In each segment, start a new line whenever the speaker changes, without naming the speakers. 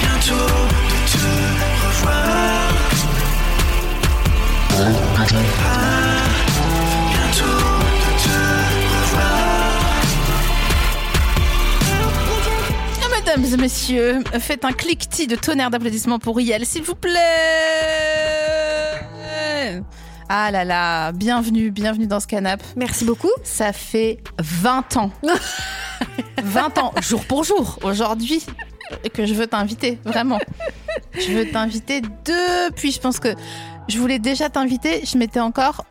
bientôt de te revoir. Ah, bientôt de te revoir.
Ah, Mesdames et messieurs, faites un cliquetis de tonnerre d'applaudissements pour Riel, s'il vous plaît. Ah là là, bienvenue, bienvenue dans ce canap.
Merci beaucoup.
Ça fait 20 ans. 20 ans, jour pour jour, aujourd'hui, que je veux t'inviter, vraiment. Je veux t'inviter depuis, je pense que je voulais déjà t'inviter, je mettais encore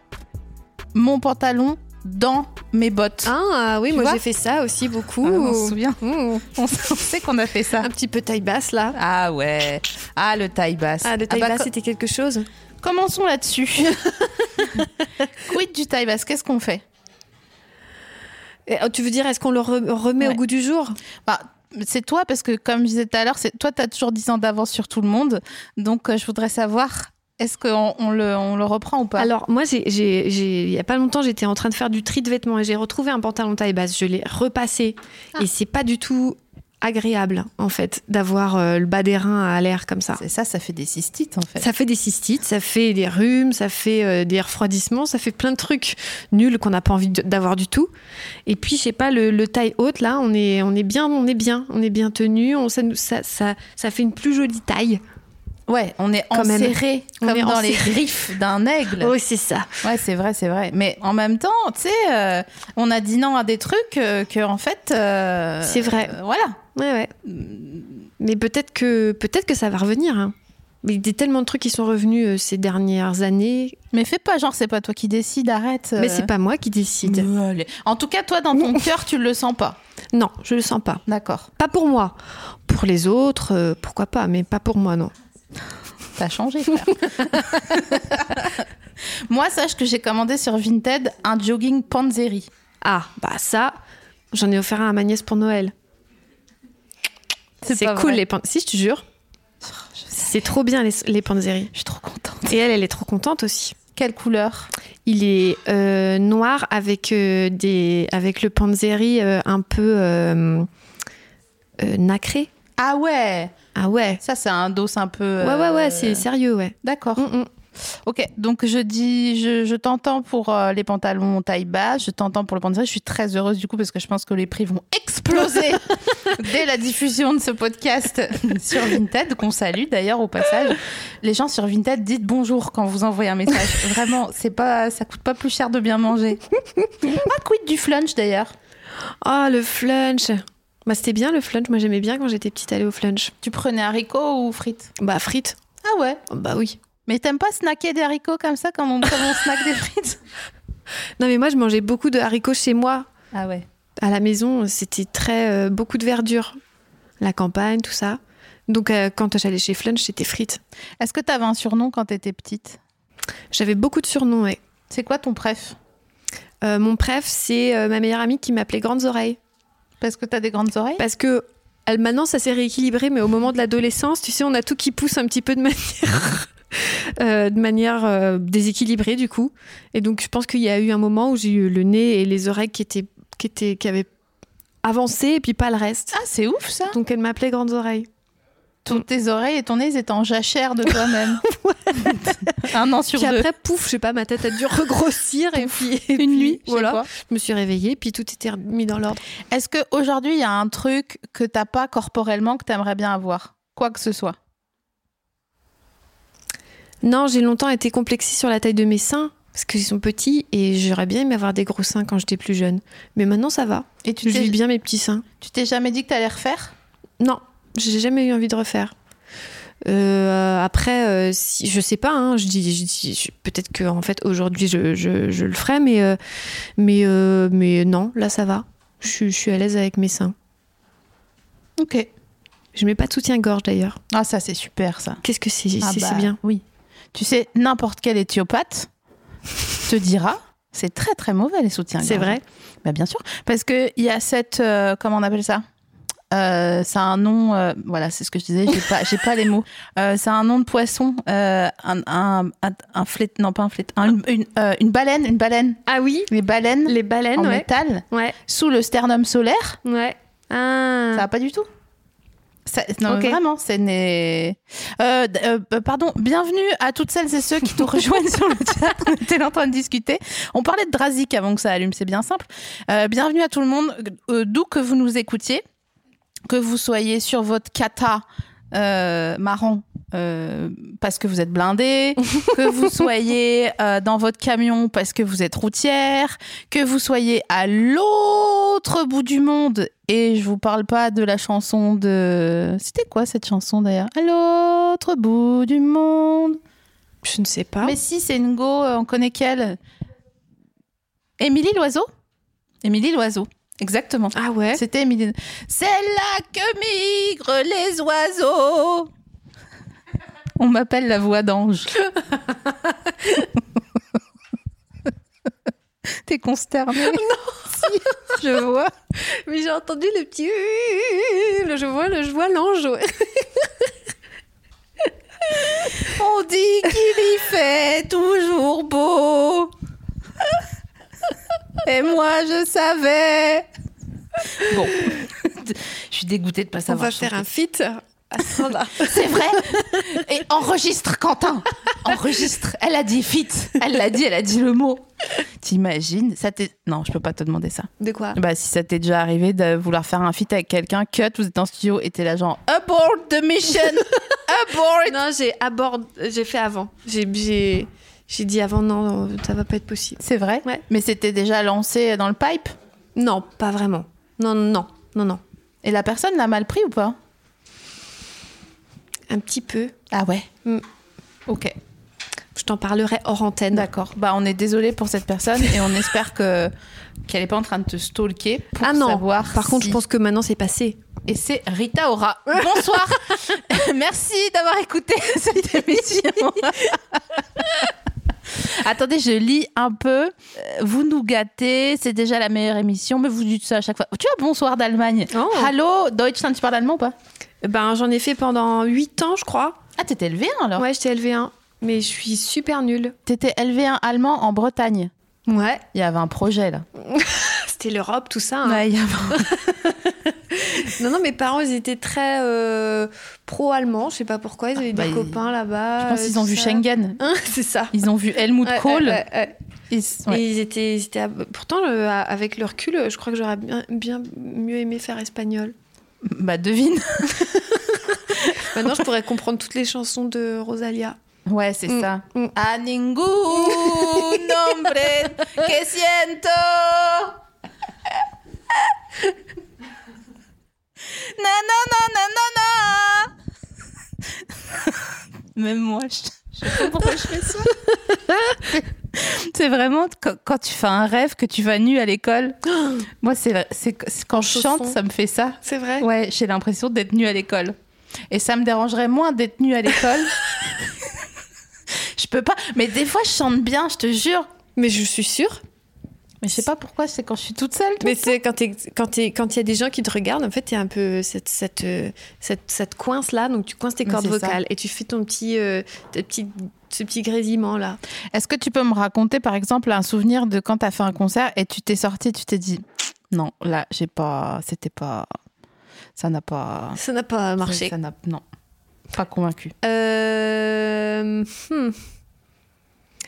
mon pantalon dans mes bottes.
Ah oui, moi
vois
j'ai fait ça aussi beaucoup.
Ah, on se souvient,
Ouh.
on sait qu'on a fait ça.
Un petit peu taille basse là.
Ah ouais. Ah le taille basse.
Ah, le taille
bah,
basse,
co-
c'était quelque chose.
Commençons là-dessus. Quid du taille basse Qu'est-ce qu'on fait
Et, oh, tu veux dire, est-ce qu'on le re- remet
Ouais.
au goût du jour
Bah, c'est toi parce que comme je disais tout à l'heure, c'est toi tu as toujours 10 ans d'avance sur tout le monde. Donc euh, je voudrais savoir est-ce qu'on on le, on le reprend ou pas
Alors, moi, j'ai- j'ai- j'ai- il n'y a pas longtemps, j'étais en train de faire du tri de vêtements et j'ai retrouvé un pantalon taille basse. Je l'ai repassé.
Ah.
Et c'est pas du tout agréable, en fait, d'avoir euh, le bas des reins à l'air comme ça.
C'est ça, ça fait des cystites en fait.
Ça fait des cystites, ça fait des rhumes, ça fait euh, des refroidissements, ça fait plein de trucs nuls qu'on n'a pas envie de- d'avoir du tout. Et puis, je sais pas, le, le taille haute, là, on est, on est bien, on est bien, on est bien tenu, on, ça, nous- ça, ça, ça fait une plus jolie taille.
Ouais, on est
Quand même.
enserré
On
comme
est
dans les
enserré.
griffes d'un aigle.
Oh, c'est ça.
Ouais, c'est vrai, c'est vrai. Mais en même temps, tu sais, euh, on a dit non à des trucs euh, que en fait. euh,
C'est vrai.
euh, mm. voilà.
Ouais, ouais. Mais peut-être que, peut-être que ça va revenir. hein. Mais il y a tellement de trucs qui sont revenus euh, ces dernières années.
Mais fais pas genre, c'est pas toi qui décide, arrête.
Mais
euh. Mm.
c'est pas moi qui décide.
Ouais, allez. En tout cas, toi, dans ton cœur, tu le sens pas.
Non, je le sens pas.
D'accord.
Pas pour moi. Pour les autres, euh, pourquoi pas, mais pas pour moi, non.
T'as changé, frère. Moi, sache que j'ai commandé sur Vinted un jogging Panzeri.
Ah, bah ça, j'en ai offert un à ma nièce pour Noël. C'est
pas
cool
vrai.
les pan- Si, je te jure. C'est trop bien les, les panzeri.
Je suis trop contente.
Et elle, elle est trop contente aussi.
Quelle couleur
Il est euh, noir avec, euh, des, avec le panzeri euh, un peu euh, euh, nacré.
Ah ouais
Ah ouais.
Ça, c'est un dos un peu.
Ouais,
euh,
ouais, ouais, c'est sérieux, ouais.
D'accord.
Mm, mm.
Ok, donc je dis, je, je t'entends pour euh, les pantalons taille basse, je t'entends pour le panzeri. Je suis très heureuse du coup parce que je pense que les prix vont exploser dès la diffusion de ce podcast sur Vinted, qu'on salue d'ailleurs au passage. Les gens sur Vinted, dites bonjour quand vous envoyez un message. Vraiment, c'est pas, ça coûte pas plus cher de bien manger. Ah, quid du flunch d'ailleurs
Oh, le flunch. Bah, c'était bien le flunch. Moi, j'aimais bien quand j'étais petite aller au flunch.
Tu prenais haricots ou frites
Bah, frites.
Ah ouais
Bah oui.
Mais t'aimes pas snacker des haricots comme ça quand on, comme on snack des frites
Non, mais moi, je mangeais beaucoup de haricots chez moi.
Ah ouais.
à la maison, c'était très euh, beaucoup de verdure, la campagne, tout ça. Donc euh, quand j'allais chez Flunch, c'était frites.
Est-ce que t'avais un surnom quand t'étais petite
J'avais beaucoup de surnoms. ouais.
C'est quoi ton préf
Euh, mon préf, c'est euh, ma meilleure amie qui m'appelait Grandes Oreilles
Parce que t'as des grandes oreilles
parce que elle, maintenant ça s'est rééquilibré, mais au moment de l'adolescence, tu sais, on a tout qui pousse un petit peu de manière. euh, de manière euh, déséquilibrée du coup et donc je pense qu'il y a eu un moment où j'ai eu le nez et les oreilles qui étaient qui étaient qui avaient avancé et puis pas le reste
Ah, c'est ouf ça
donc elle m'appelait grandes oreilles
Toutes tes oreilles et ton nez ils étaient en jachère de toi-même. Un an sur
Puis
deux.
après, pouf, je sais pas, ma tête a dû regrossir et puis et puis,
Une nuit,
voilà.
voilà.
Je me suis réveillée, puis tout était mis dans l'ordre.
Est-ce qu'aujourd'hui, il y a un truc que t'as pas corporellement que t'aimerais bien avoir Quoi que ce soit.
Non, j'ai longtemps été complexée sur la taille de mes seins. parce qu'ils sont petits et j'aurais bien aimé avoir des gros seins quand j'étais plus jeune. Mais maintenant, ça va.
Et tu
Je vis
t'es,
bien mes petits seins.
tu t'es jamais dit que t'allais refaire
Non, j'ai jamais eu envie de refaire. Euh, après, euh, si, je sais pas. hein, je dis, je dis je- peut-être que en fait aujourd'hui je, je- je le ferai, mais euh, mais euh, mais non, là ça va. Je, suis- je suis à l'aise avec mes seins.
Ok.
Je mets pas de soutien-gorge d'ailleurs.
Ah, ça, c'est super, ça.
Qu'est-ce que c'est
Ah
c'est-
bah,
C'est bien.
Oui. Tu sais, n'importe quel éthiopathe te dira, c'est très très mauvais les soutiens.
C'est vrai.
Bah, bien sûr, parce que il y a cette euh, comment on appelle ça Euh, C'est un nom. euh, voilà, c'est ce que je disais. J'ai pas, j'ai pas les mots. Euh, c'est un nom de poisson. euh, un un un, un flet- non pas un flet, un- une euh, une baleine, une baleine.
Ah oui,
Les baleines
les baleines,
en
ouais.
métal
Ouais,
sous le sternum solaire.
ouais.
Ça
Ah.
va pas du tout. Ça- non, mais
Ok.
vraiment, c'est n'est. Euh, d- euh, euh, pardon, bienvenue à toutes celles et ceux qui nous rejoignent sur le chat. On était là en train de discuter. On parlait de Drazik avant que ça allume, c'est bien simple. Euh, bienvenue à tout le monde, euh, d'où que vous nous écoutiez, que vous soyez sur votre kata euh, marrant euh, parce que vous êtes blindé, que vous soyez euh, dans votre camion parce que vous êtes routière, que vous soyez à l'autre bout du monde. Et je vous parle pas de la chanson de. C'était quoi cette chanson d'ailleurs À l'autre bout du monde.
Je ne sais pas.
Mais si, c'est une go, euh, on connaît qu'elle. Émilie Loiseau Émilie Loiseau, exactement.
Ah ouais.
C'était Émilie. C'est là que migrent les oiseaux. On m'appelle la voix d'ange. T'es consternée Non Je vois.
Mais j'ai entendu le petit. le- Je vois, le- je vois l'ange. ouais.
On dit qu'il y fait toujours beau. Et moi, je savais. Bon. Je suis dégoûtée de pas
On
savoir.
va faire un feat. à ce moment-là.
C'est vrai. Et enregistre, Quentin. Enregistre. Elle a dit fit. Elle l'a dit, elle a dit le mot. T'imagines ça t'est... Non, je peux pas te demander ça.
De quoi
Bah, si ça t'est déjà arrivé de vouloir faire un fit avec quelqu'un, cut, vous êtes en studio et t'es là genre abort the mission. abort.
Non, j'ai abord... j'ai fait avant. J'ai- J'ai j'ai dit avant, non, non, ça va pas être possible.
C'est vrai.
Ouais.
Mais c'était déjà lancé dans le pipe.
Non, pas vraiment. Non, non, non, non, non.
Et la personne l'a mal pris ou pas
Un petit peu.
Ah ouais.
Mm.
Ok.
Je t'en parlerai hors antenne.
D'accord. Bah, on est désolé pour cette personne et on espère que qu'elle est pas en train de te stalker pour
ah non,
savoir.
par contre,
si-
je pense que maintenant c'est passé.
Et c'est Rita Ora. Bonsoir. Merci d'avoir écouté cette émission. Attendez, je lis un peu. Euh, Vous nous gâtez, c'est déjà la meilleure émission, mais vous dites ça à chaque fois. Tu as bonsoir d'Allemagne.
Oh.
Hallo, Deutschland, tu parles allemand ou pas
Ben, j'en ai fait pendant 8 ans, je crois.
Ah, t'étais élevé alors
Ouais, j'étais LV1, mais je suis super nulle.
T'étais élevé un allemand en Bretagne.
Ouais.
Il y avait un projet là.
C'était l'Europe, tout ça. hein.
Ouais, il y avait-
Non, non, mes parents, ils étaient très euh, pro-allemands. Je sais pas pourquoi. Ils avaient
bah,
des
ils-
copains là-bas.
Je pense
euh,
qu'ils ont
tout
vu
ça.
Schengen.
Hein, c'est ça.
Ils ont vu Helmut
Ouais,
Kohl.
ouais, ouais, ouais.
Ils- ouais.
Et ils étaient, ils étaient à- Pourtant, euh, à- avec le recul, euh, je crois que j'aurais bien, bien mieux aimé faire espagnol.
Bah devine.
Maintenant, je pourrais comprendre toutes les chansons de Rosalia.
Ouais, c'est
Mm,
ça.
mm.
A ningún hombre que siento. Na na na na na na. Même moi, je, je sais pas pourquoi je fais ça. C'est vraiment quand, quand tu fais un rêve que tu vas nu à l'école. Moi, c'est c'est- c'est quand je chante,
Chausson.
ça me fait ça.
C'est vrai
Ouais, j'ai l'impression d'être nue à l'école. Et ça me dérangerait moins d'être nue à l'école. je peux pas. Mais des fois, je chante bien, je te jure.
Mais je suis sûre.
Mais je sais pas pourquoi, c'est quand je suis toute seule. tout.
Mais c'est quand t'es- quand t'es- quand il y a des gens qui te regardent, en fait, t'es un peu cette, cette, euh, cette, cette coince-là. Donc, tu coinces tes
Mais
cordes
c'est ça.
vocales et tu fais ton petit, euh, ta petite- ce petit grésillement-là.
Est-ce que tu peux me raconter, par exemple, un souvenir de quand t'as fait un concert et tu t'es sortie, tu t'es dit non, là, j'ai pas. C'était pas. Ça n'a pas.
Ça n'a pas marché.
Ça n'a. Non. Pas convaincu.
Euh, hmm.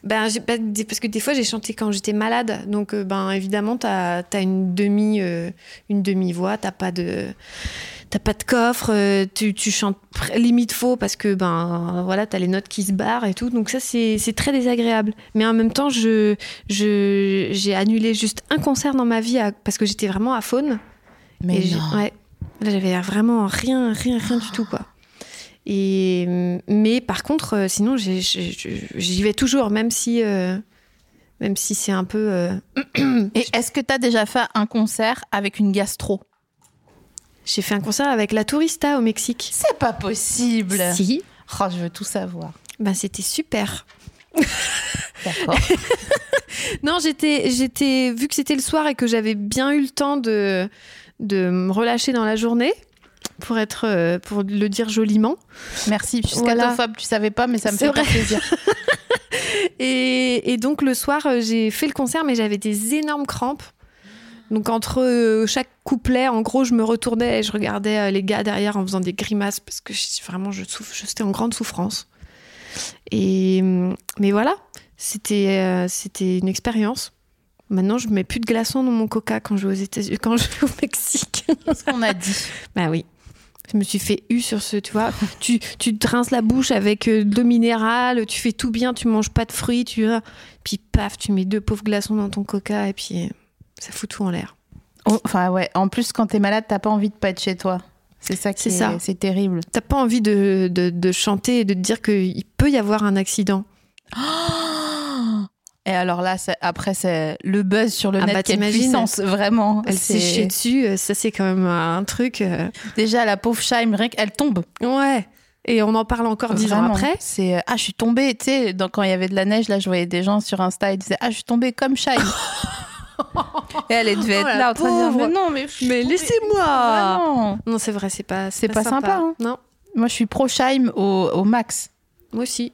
Ben, j'ai pas- des- parce que des fois j'ai chanté quand j'étais malade, donc euh, ben évidemment t'as as une demi euh, une demi voix, t'as pas de t'as pas de coffre, euh, tu, tu chantes pr- limite faux parce que ben voilà, t'as les notes qui se barrent et tout. Donc ça c'est c'est très désagréable. Mais en même temps, je je- j'ai annulé juste un concert dans ma vie à- parce que j'étais vraiment à faune.
Mais
Et j'ai-
non.
ouais. Là, j'avais vraiment rien, rien, rien du tout, quoi. Et, euh, mais par contre, euh, sinon, j'ai- j'ai- j'ai- j'y vais toujours, même si, euh, même si c'est un peu. euh,
Et est-ce que t'as déjà fait un concert avec une gastro
J'ai fait un concert avec La Tourista au Mexique.
C'est pas possible.
Si.
Oh, je veux tout savoir.
Ben, c'était super.
D'accord.
Non, j'étais, j'étais, vu que c'était le soir et que j'avais bien eu le temps de, de me relâcher dans la journée, pour être, euh, pour le dire joliment.
Merci. Je suis
Voilà.
scatophobe, tu savais pas, mais ça me
C'est
fait très plaisir.
Et, et donc le soir, euh, j'ai fait le concert, mais j'avais des énormes crampes. Donc entre euh, chaque couplet, en gros, je me retournais et je regardais euh, les gars derrière en faisant des grimaces parce que je- vraiment, je souffre, j'étais en grande souffrance. Et euh, mais voilà, c'était euh, c'était une expérience. Maintenant, je mets plus de glaçons dans mon coca quand je vais aux États-Unis, quand je vais au Mexique.
ce qu'on a dit.
Bah oui. Je me suis fait eu sur ce, tu vois. Tu, tu te rinces la bouche avec euh, de l'eau minérale, tu fais tout bien, tu manges pas de fruits, tu vois. Puis paf, tu mets deux pauvres glaçons dans ton coca et puis euh, ça fout tout en l'air.
Oh, Enfin, ouais. En plus, quand t'es malade, t'as pas envie de pas être chez toi. C'est ça qui
C'est
est,
ça.
C'est terrible.
T'as pas envie de, de, de chanter et de te dire qu'il peut y avoir un accident.
Et alors là, c'est- après, c'est le buzz sur le
Ah
net.
bah,
quelle
t'imagines.
puissance, vraiment.
Elle s'est
Ah, C'est-
chiée dessus, euh, ça c'est quand même euh, un truc. euh,
Déjà, la pauvre Chaim, rien qu'elle tombe.
Ouais. Et on en parle encore dix ans
Vraiment.
après.
C'est euh, ah, je suis tombée. Tu sais, dans- quand il y avait de la neige, là, je voyais des gens sur Insta, ils disaient ah, je suis tombée comme Chaim. Et elle elle devait
Oh,
être
la
là en train de dire
pauvre.
mais non, mais je suis
Mais
tombée.
laissez-moi
Vraiment.
Non, c'est vrai, c'est pas
C'est pas sympa, hein.
Non,
Moi, je suis pro Chaim au, au max.
moi aussi.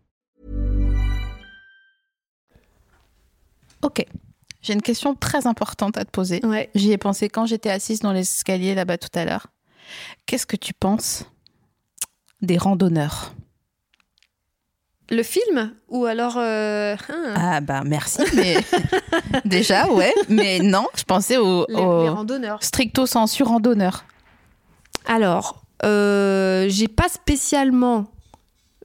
Ok. J'ai une question très importante à te poser.
Ouais.
J'y ai pensé quand j'étais assise dans l'escalier là-bas tout à l'heure. Qu'est-ce que tu penses des
Ah.
randonneurs
Le film Ou alors. euh, hein,
Ah bah merci, mais déjà ouais, mais non, je pensais au,
les-
au
les randonneurs.
stricto sensu randonneur.
Alors, euh, j'ai pas spécialement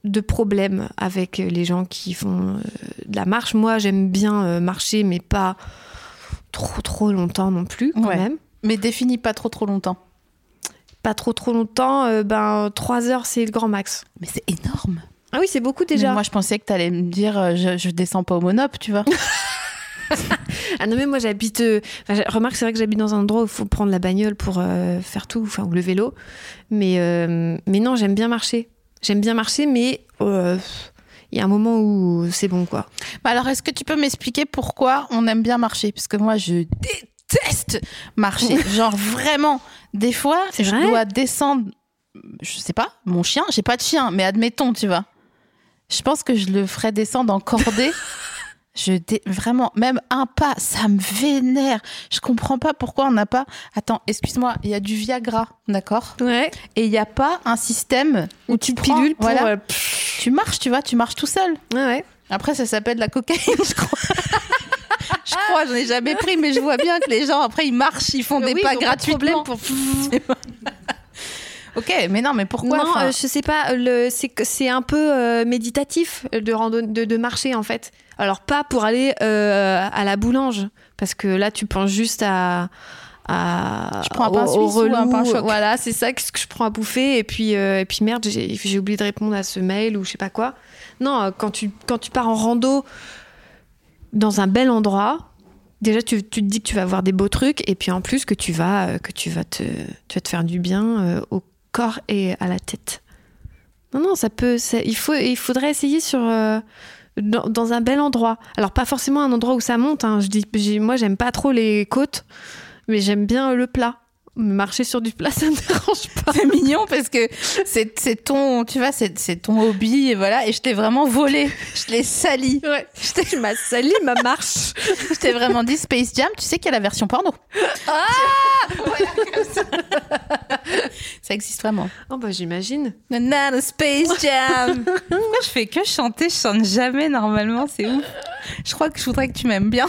de problème avec euh, les gens qui font euh, de la marche. Moi, j'aime bien euh, marcher, mais pas trop trop longtemps non plus, quand
Ouais.
même.
Mais définis pas trop trop longtemps.
Pas trop trop longtemps, euh, ben 3 heures, c'est le grand max.
Mais c'est énorme.
Ah oui, c'est beaucoup déjà.
Mais moi je pensais que t'allais me dire euh, je, je descends pas au monop, tu vois.
Ah non, mais moi, j'habite... euh, enfin, j'ai- remarque, c'est vrai que j'habite dans un endroit où il faut prendre la bagnole pour euh, faire tout, enfin, ou le vélo. Mais, euh, mais non, j'aime bien marcher. J'aime bien marcher, mais euh, il y a un moment où c'est bon, quoi.
Bah alors est-ce que tu peux m'expliquer pourquoi on aime bien marcher Parce que moi je déteste marcher. Genre vraiment, des fois
C'est
je
vrai
dois descendre, je sais pas, mon chien, j'ai pas de chien, mais admettons, tu vois. Je pense que je le ferais descendre en cordée. Je dé- Vraiment, même un pas, ça me vénère. Je comprends pas pourquoi on n'a pas. Attends, excuse-moi, il y a du Viagra, d'accord
Ouais.
Et il n'y a pas un système où tu prends,
pilule pour,
voilà,
euh,
tu marches, tu vois, tu marches tout seul.
Ouais, ouais.
Après, ça s'appelle la cocaïne, je crois. je crois, j'en ai jamais pris, mais je vois bien que les gens, après, ils marchent, ils font des
Oui,
pas
ils ont pas de problème
gratuitement. ok, mais non, mais pourquoi
non,
enfin,
euh, je sais pas. Le, c'est que- c'est un peu euh, méditatif euh, de, randon- de de marcher en fait. Alors pas pour aller euh, à la boulange parce que là tu penses juste à. à
Je prends un pain
au- au
suisse ou un
relou.
pain choc.
Voilà, c'est ça qu'est-ce que je prends à bouffer et puis euh, et puis merde, j'ai j'ai oublié de répondre à ce mail ou je sais pas quoi. Non, euh, quand tu quand tu pars en rando dans un bel endroit. Déjà, tu, tu te dis que tu vas voir des beaux trucs, et puis en plus que tu vas, euh, que tu vas, te, tu vas te faire du bien euh, au corps et à la tête. Non, non, ça peut. ça- il, faut, il faudrait essayer sur, euh, dans, dans un bel endroit. Alors, pas forcément un endroit où ça monte. hein. Je dis, j'ai- moi, j'aime pas trop les côtes, mais j'aime bien le plat. Marcher sur du plat, ça me dérange pas.
C'est mignon parce que c'est c'est ton, tu vois, c'est c'est ton hobby et voilà. Et je t'ai vraiment volé. Je l'ai sali.
Ouais, je m'as sali ma marche.
Je t'ai vraiment dit Space Jam. Tu sais qu'il y a la version porno.
Ah
Voilà, comme ça. ça existe vraiment.
Oh bah j'imagine.
Nanana Space Jam. Pourquoi je fais que chanter Je chante jamais normalement. C'est ouf. Je crois que je voudrais que tu m'aimes bien.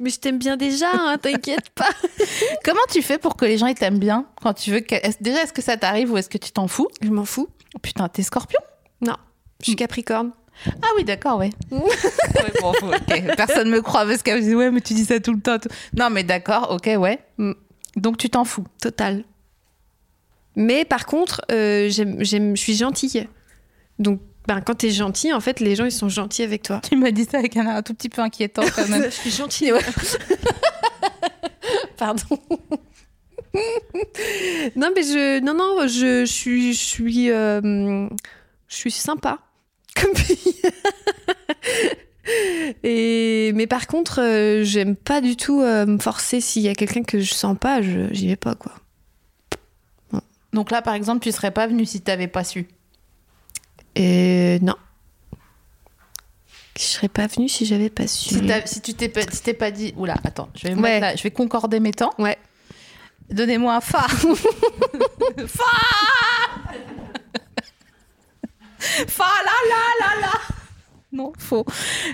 Mais je t'aime bien déjà, hein, t'inquiète pas.
Comment tu fais pour que les gens ils t'aiment bien quand tu veux que... est-ce- Déjà, est-ce que ça t'arrive ou est-ce que tu t'en fous Oh
Je m'en fous. Mm.
Putain, t'es scorpion
Non, je suis Capricorne.
Ah oui, d'accord, ouais. Ouais, bon, ok. Personne me croit parce qu'elle me dit ouais, mais tu dis ça tout le temps. tout. Non, mais d'accord, ok, ouais. Mm. Donc tu t'en fous.
Total. Mais par contre, euh, j'aime, j'aime- je suis gentille. Donc, ben, quand t'es gentil, en fait, les gens, ils sont gentils avec toi.
Tu m'as dit ça avec un air un tout petit peu inquiétant quand même.
suis gentille, ouais. Pardon. non, mais je. Non, non, je, je suis. Je suis, euh, je suis sympa. Comme fille. Et, mais par contre, euh, j'aime pas du tout euh, me forcer. S'il y a quelqu'un que je sens pas, je, j'y vais pas, quoi.
Donc là, par exemple, tu serais pas venu si t'avais pas su.
Et non. Je serais pas venue si j'avais pas su.
Si, t'as- si tu t'es pas, si t'es pas dit, oula, attends, je vais,
Ouais.
mettre là- je vais concorder mes temps.
Ouais.
Donnez-moi un phare. phare Phare, là, là, là, là Non, faux.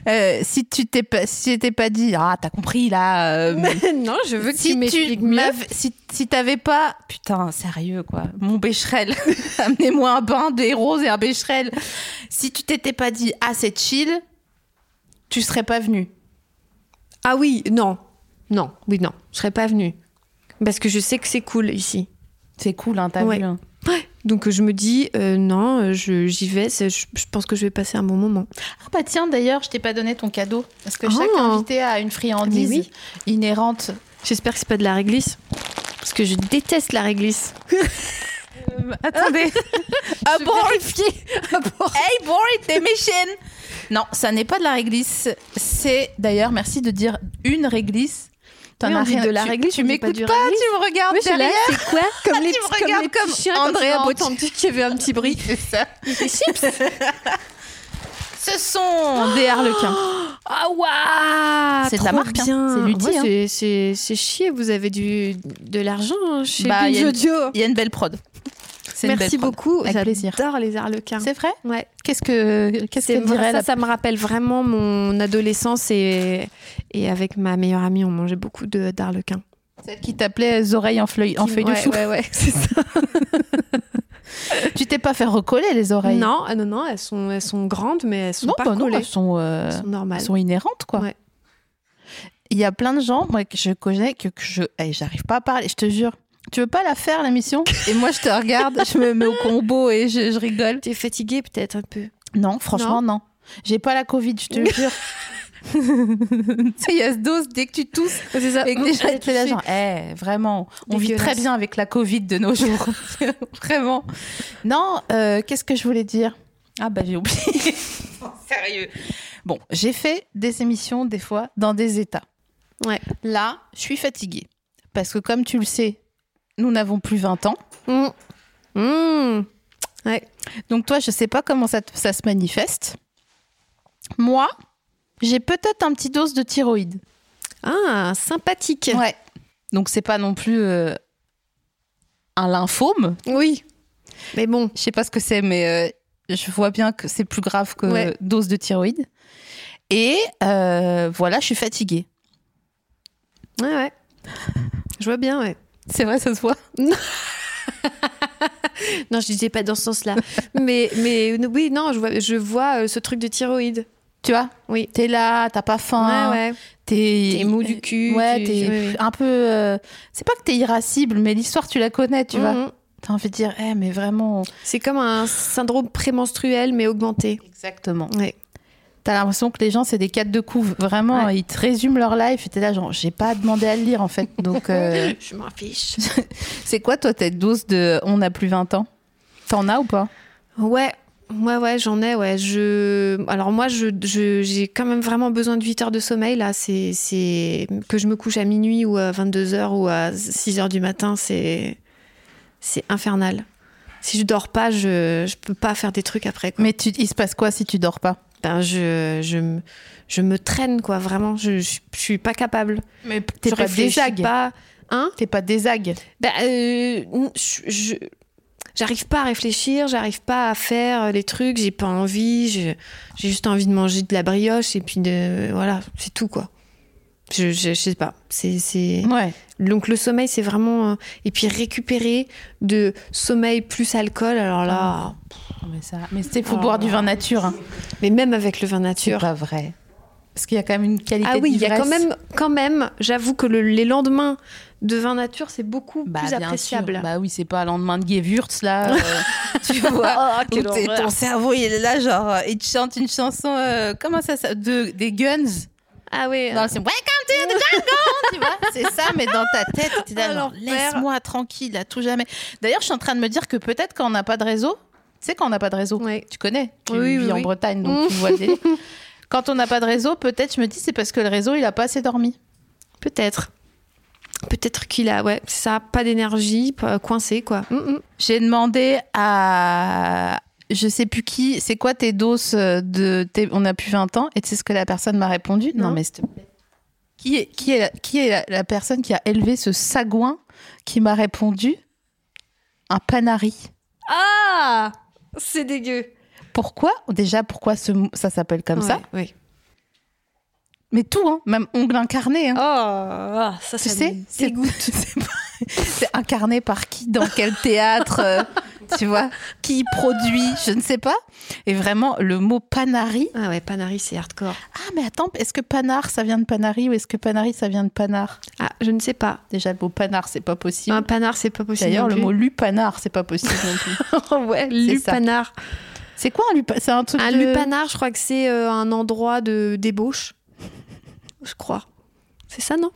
Euh, si tu t'es pas, si t'es pas dit, ah, t'as compris là. euh,
non, je veux que
si
tu m'expliques mieux.
meuf, si, si t'avais pas, putain, sérieux quoi, mon bécherel, amenez-moi un bain, des roses et un bécherel. Si tu t'étais pas dit, ah, c'est chill, tu serais pas venu.
Ah oui, non. Non, oui, non. Je serais pas venue. Parce que je sais que c'est cool ici.
C'est cool, hein, t'as
Ouais.
vu. hein.
Donc euh, je me dis, euh, non, euh, je- j'y vais. c'est- Je, je pense que je vais passer un bon moment.
Ah bah tiens, d'ailleurs, je t'ai pas donné ton cadeau. Parce que
Oh.
chaque invité a une friandise
Mais oui.
inhérente.
J'espère que c'est pas de la réglisse. Parce que je déteste la réglisse. Ah
attendez.
Euh, Je
Aborifie Hey, Borit, t'es méchine Non, ça n'est pas de la réglisse. C'est, d'ailleurs, merci de dire une réglisse. T'en
Oui, on
as
dit
rien
de la
tu-
réglisse,
Tu
on dit pas
m'écoutes
du
pas,
réglisse.
tu me regardes
Oui, je l'ai.
derrière.
C'est quoi Ah, Comme
Tu me
les, petits- comme
regardes
les petits
comme
chiens, comme
Andrea
ça, en
Bottini.
petit, qui avait un petit bruit.
C'est ça. Ce sont des harlequins.
Ah waouh
C'est de la
trop
marque, hein.
bien.
C'est Lutti,
Ouais,
hein.
c'est- c'est- C'est chier, vous avez du, de l'argent hein, chez
Bah,
bah,
y a une-
Audio.
Il y a une belle prod. C'est une
Merci
belle prod.
beaucoup,
Avec plaisir.
j'adore les arlequins.
C'est vrai
Ouais.
Qu'est-ce que qu'est-ce
C'est
que
vrai,
dirait
ça,
la
ça me rappelle vraiment mon adolescence et, et avec ma meilleure amie, on mangeait beaucoup de d'arlequins.
Celle qui t'appelait les oreilles en feuille, en feuille
ouais,
de chou.
Ouais, ouais, c'est ça.
Tu t'es pas fait recoller les oreilles
Non, ah non, non, elles sont, elles sont grandes, mais elles sont
non,
pas
bah non,
collées.
elles sont, euh,
elles sont normales.
elles sont inhérentes quoi.
Ouais.
Il y a plein de gens moi que je connais que, que je eh, j'arrive pas à parler, je te jure. Tu veux pas la faire l'émission Et moi je te regarde, je me mets au combo et je, je rigole.
T'es fatiguée peut-être un peu.
Non, franchement non. J'ai pas la Covid, je te jure. tu sais, il y a ce dose dès que tu tousses
C'est ça.
et que déjà
Allez,
t'es là
toucher.
genre, eh, vraiment, on vit
Dégueulasse.
très bien avec la Covid de nos jours. vraiment. Non, euh, qu'est-ce que je voulais dire Ah bah j'ai oublié. Sérieux. Bon, j'ai fait des émissions des fois dans des états.
Ouais.
Là, je suis fatiguée. Parce que comme tu le sais, nous n'avons plus 20 ans.
Mm. Mm.
Donc toi, je sais pas comment ça, te- ça se manifeste. Moi, j'ai peut-être un petit dose de thyroïde.
Ah, sympathique.
Ouais. Donc c'est pas non plus euh, un lymphome.
Oui. Mais bon,
Je sais pas ce que c'est, mais euh, je vois bien que c'est plus grave que
Ouais.
dose de thyroïde. Et euh, voilà, je suis fatiguée.
ouais, ouais. Je vois bien, ouais.
C'est vrai, ça se voit.
Non, je disais pas dans ce sens-là. mais, mais oui, non, je vois, je vois euh, ce truc de thyroïde.
Tu vois
Oui.
T'es là, t'as pas faim.
ouais, ouais.
T'es
T'es mou du cul.
Ouais,
tu-
t'es
ouais, ouais.
un peu. euh, C'est pas que t'es irascible, mais l'histoire, tu la connais, tu vois.
Mhm.
T'as envie de dire, eh, mais vraiment.
C'est comme un syndrome prémenstruel, mais augmenté.
Exactement.
Ouais.
T'as l'impression que les gens, c'est des quatre de couve. Vraiment, ils te résument leur life. Et t'es là, genre, j'ai pas demandé à le lire, en fait. Donc, euh,
Je m'en fiche.
c'est quoi, toi, ta dose de on a plus 20 ans T'en as ou pas
Ouais, Ouais, ouais, j'en ai, ouais. Je... Alors moi, je, je- j'ai quand même vraiment besoin de 8 heures de sommeil, là. C'est, c'est... Que je me couche à minuit ou à 22 heures ou à 6 heures du matin, c'est... C'est infernal. Si je dors pas, je, je peux pas faire des trucs après, quoi.
Mais tu- il se passe quoi si tu dors pas
Ben, je, je, me- je me traîne, quoi, vraiment. Je, je, je suis pas capable.
Mais t'es
je
pas
réfléchis
désag.
pas. Hein
T'es pas désag.
ben, euh, je- je- j'arrive pas à réfléchir, j'arrive pas à faire euh, les trucs, j'ai pas envie, je- j'ai juste envie de manger de la brioche et puis de voilà, c'est tout quoi. Je, je, je sais pas. C'est c'est
Ouais.
donc le sommeil c'est vraiment euh, et puis récupérer de sommeil plus alcool alors
Ah.
là
Mais ça, mais c'est faut
Oh.
boire du vin nature. hein.
mais même avec le vin
C'est
nature.
pas vrai. Parce qu'il y a quand même une qualité.
Ah oui, il y a quand
d'ivresse.
même quand même, j'avoue que le- les lendemains de vin nature c'est beaucoup
Bah,
plus
bien
appréciable.
sûr. Bah oui, c'est pas un lendemain de Gewürz là. euh, tu vois.
Ah,
Où
quelle
t'es-
horreur.
ton cerveau il est là genre euh, il te chante une chanson euh, comment ça, ça de, des Guns
Ah oui.
dans le film Welcome to the Jungle tu vois c'est ça mais dans ta tête t'es là
Ah,
genre,
l'enfer.
laisse-moi tranquille à tout jamais d'ailleurs je suis en train de me dire que peut-être quand on n'a pas de réseau tu sais quand on n'a pas de réseau
Ouais.
tu connais tu
Oui,
vis
oui,
en
oui. Mm.
Bretagne donc tu vois le délire. quand on n'a pas de réseau peut-être je me dis c'est parce que le réseau il a pas assez dormi
Peut-être. euh, Peut-être qu'il a, ouais, c'est ça, pas d'énergie, pas- coincé, quoi. Mm, mm.
j'ai demandé à je sais plus qui c'est quoi tes doses euh, de tes- on a plus 20 ans et tu sais ce que la personne m'a répondu non,
Non.
mais s'il te plaît. qui est qui est la, qui est la- la personne qui a élevé ce sagouin qui m'a répondu un panari
Ah C'est dégueu.
pourquoi déjà pourquoi ce mot- ça s'appelle comme ça
Oui.
mais tout hein, même ongle incarné hein.
Oh, ah, ça,
tu
ça
sais
me
c'est
dégoûte.
c'est pas- c'est incarné par qui dans quel théâtre euh, tu vois qui produit je ne sais pas et vraiment le mot panari
Ah ouais, Panari, c'est hardcore.
Ah, mais attends, est-ce que panard, ça vient de panari ou est-ce que panari, ça vient de panard
Ah, je ne sais pas.
Déjà, le mot panard, c'est pas possible.
Un panard, c'est pas possible.
D'ailleurs, le
non plus.
mot lupanard, c'est pas possible non plus.
ouais,
c'est ça.
lupanar.
C'est quoi un lupanard C'est un truc
Un
de-
lupanar, je crois que c'est euh, un endroit de débauche. Je crois. C'est ça, non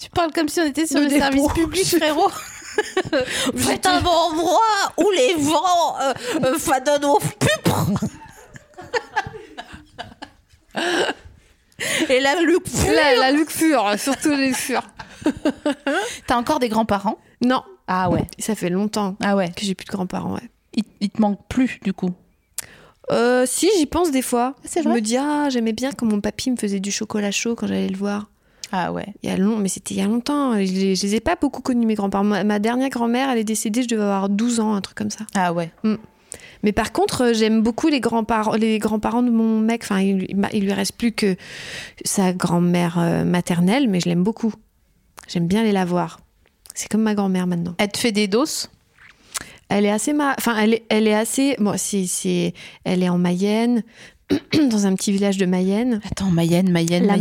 Tu parles comme si on était sur
De
le service
dépôt.
public, frérot.
Faites un
bon endroit où les vents euh, fadonnent aux pupres. Et la
La, la luxure, surtout les luxures.
T'as encore des grands-parents
Non,
Ah ouais.
ça fait longtemps
Ah ouais.
que j'ai plus de grands-parents, ouais.
Il, il te manque plus, du coup.
Euh, si, j'y pense des fois.
C'est
Je
vrai
me dis, ah, j'aimais bien quand mon papy me faisait du chocolat chaud quand j'allais le voir.
Ah ouais.
Il y a long... Mais c'était il y a longtemps. Je les, je les ai pas beaucoup connus, mes grands-parents. Ma, ma dernière grand-mère, elle est décédée, je devais avoir 12 ans, un truc comme ça.
Ah ouais.
Mais par contre, euh, j'aime beaucoup les grands-parents les grands-parents de mon mec. Enfin, il, lui- il m'a- il lui reste plus que sa grand-mère euh, maternelle, mais je l'aime beaucoup. J'aime bien aller la voir. C'est comme ma grand-mère maintenant.
Elle te fait des doses
Elle est assez ma... enfin elle est, elle est assez bon c'est c'est elle est en Mayenne dans un petit village de Mayenne.
Attends, Mayenne, Mayenne,
La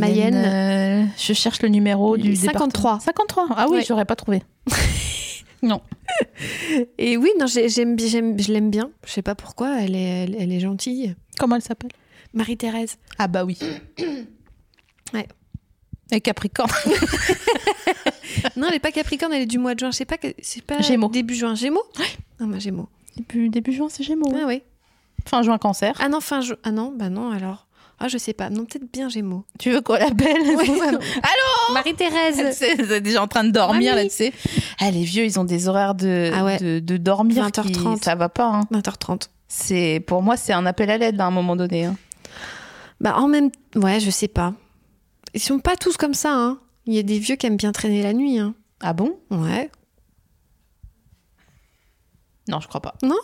euh, je cherche le numéro du
53.
département. 53. Ah oui,
Ouais.
j'aurais pas trouvé. non.
Et oui, non, j'ai- j'aime bi- j'aime je l'aime bien. Je sais pas pourquoi, elle est elle, elle est gentille.
Comment elle s'appelle
Marie-Thérèse.
Ah bah oui.
Ouais.
Et Capricorne.
Non, elle est pas Capricorne, elle est du mois de juin, je sais pas que- c'est pas
Gémeaux.
début juin, Gémeaux Non, bah, Gémeaux.
début, début juin, c'est Gémeaux.
Ah oui.
Fin juin, Cancer.
Ah non, fin ju- Ah non, bah non alors. Ah, je sais pas. Non, peut-être bien Gémeaux.
Tu veux qu'on l'appelle
Ouais, ouais.
Allô
Marie-Thérèse.
C'est c'est déjà en train de dormir
Mamie.
là, tu sais. Ah, les vieux, ils ont des horaires de,
Ah ouais.
de, de dormir.
20h30.
Qui, ça va pas. Hein.
20h30.
C'est pour moi, c'est un appel à l'aide là, à un moment donné. hein.
Bah en même ouais, je sais pas. Ils sont pas tous comme ça hein. Il y a des vieux qui aiment bien traîner la nuit hein.
Ah bon
Ouais.
Non, je crois pas.
Non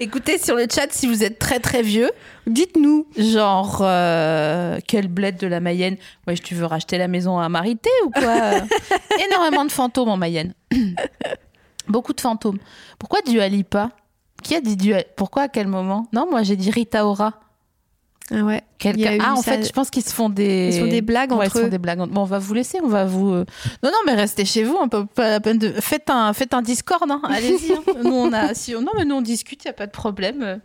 Écoutez sur le chat si vous êtes très très vieux.
Dites-nous.
Genre, euh, quelle bled de la Mayenne Ouais, tu veux racheter la maison à Marité ou quoi Énormément de fantômes en Mayenne. Beaucoup de fantômes. Pourquoi Dualipa Qui a dit Dualipa Pourquoi à quel moment Non, moi j'ai dit Rita Ora.
Ah ouais. Il y a
Quelqu'un.
eu
Ah, en
ça-
fait, je pense qu'ils se font des.
Ils se font des blagues
Ouais, ils
entre
se font
eux.
des blagues. entre- Bon, on va vous laisser, on va vous. euh, Non, non, mais restez chez vous, on peut pas la peine de. Faites un, faites un Discord, hein. allez-y. hein. Nous, on a. Si on... Non, mais nous, on discute, il n'y a pas de problème.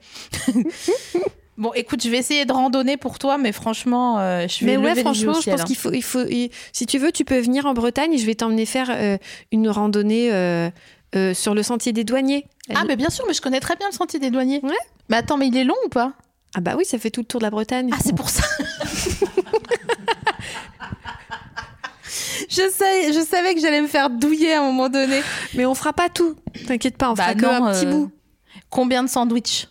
bon, écoute, je vais essayer de randonner pour toi, mais franchement, euh, je vais.
Mais ouais,
lever les yeux au
franchement, je
ciel,
pense
hein.
qu'il faut, il faut, il- si tu veux, tu peux venir en Bretagne. Je vais t'emmener faire euh, une randonnée euh, euh, sur le sentier des douaniers.
Ah, mais bien sûr, mais je connais très bien le sentier des douaniers.
Ouais.
Mais attends, mais il est long ou pas
Ah bah oui, ça fait tout le tour de la Bretagne.
Ah, c'est pour ça. je, sais, je savais que j'allais me faire douiller à un moment donné.
mais on fera pas tout. T'inquiète pas, on
Bah
fera que
non,
un petit
euh,
bout.
Combien de sandwichs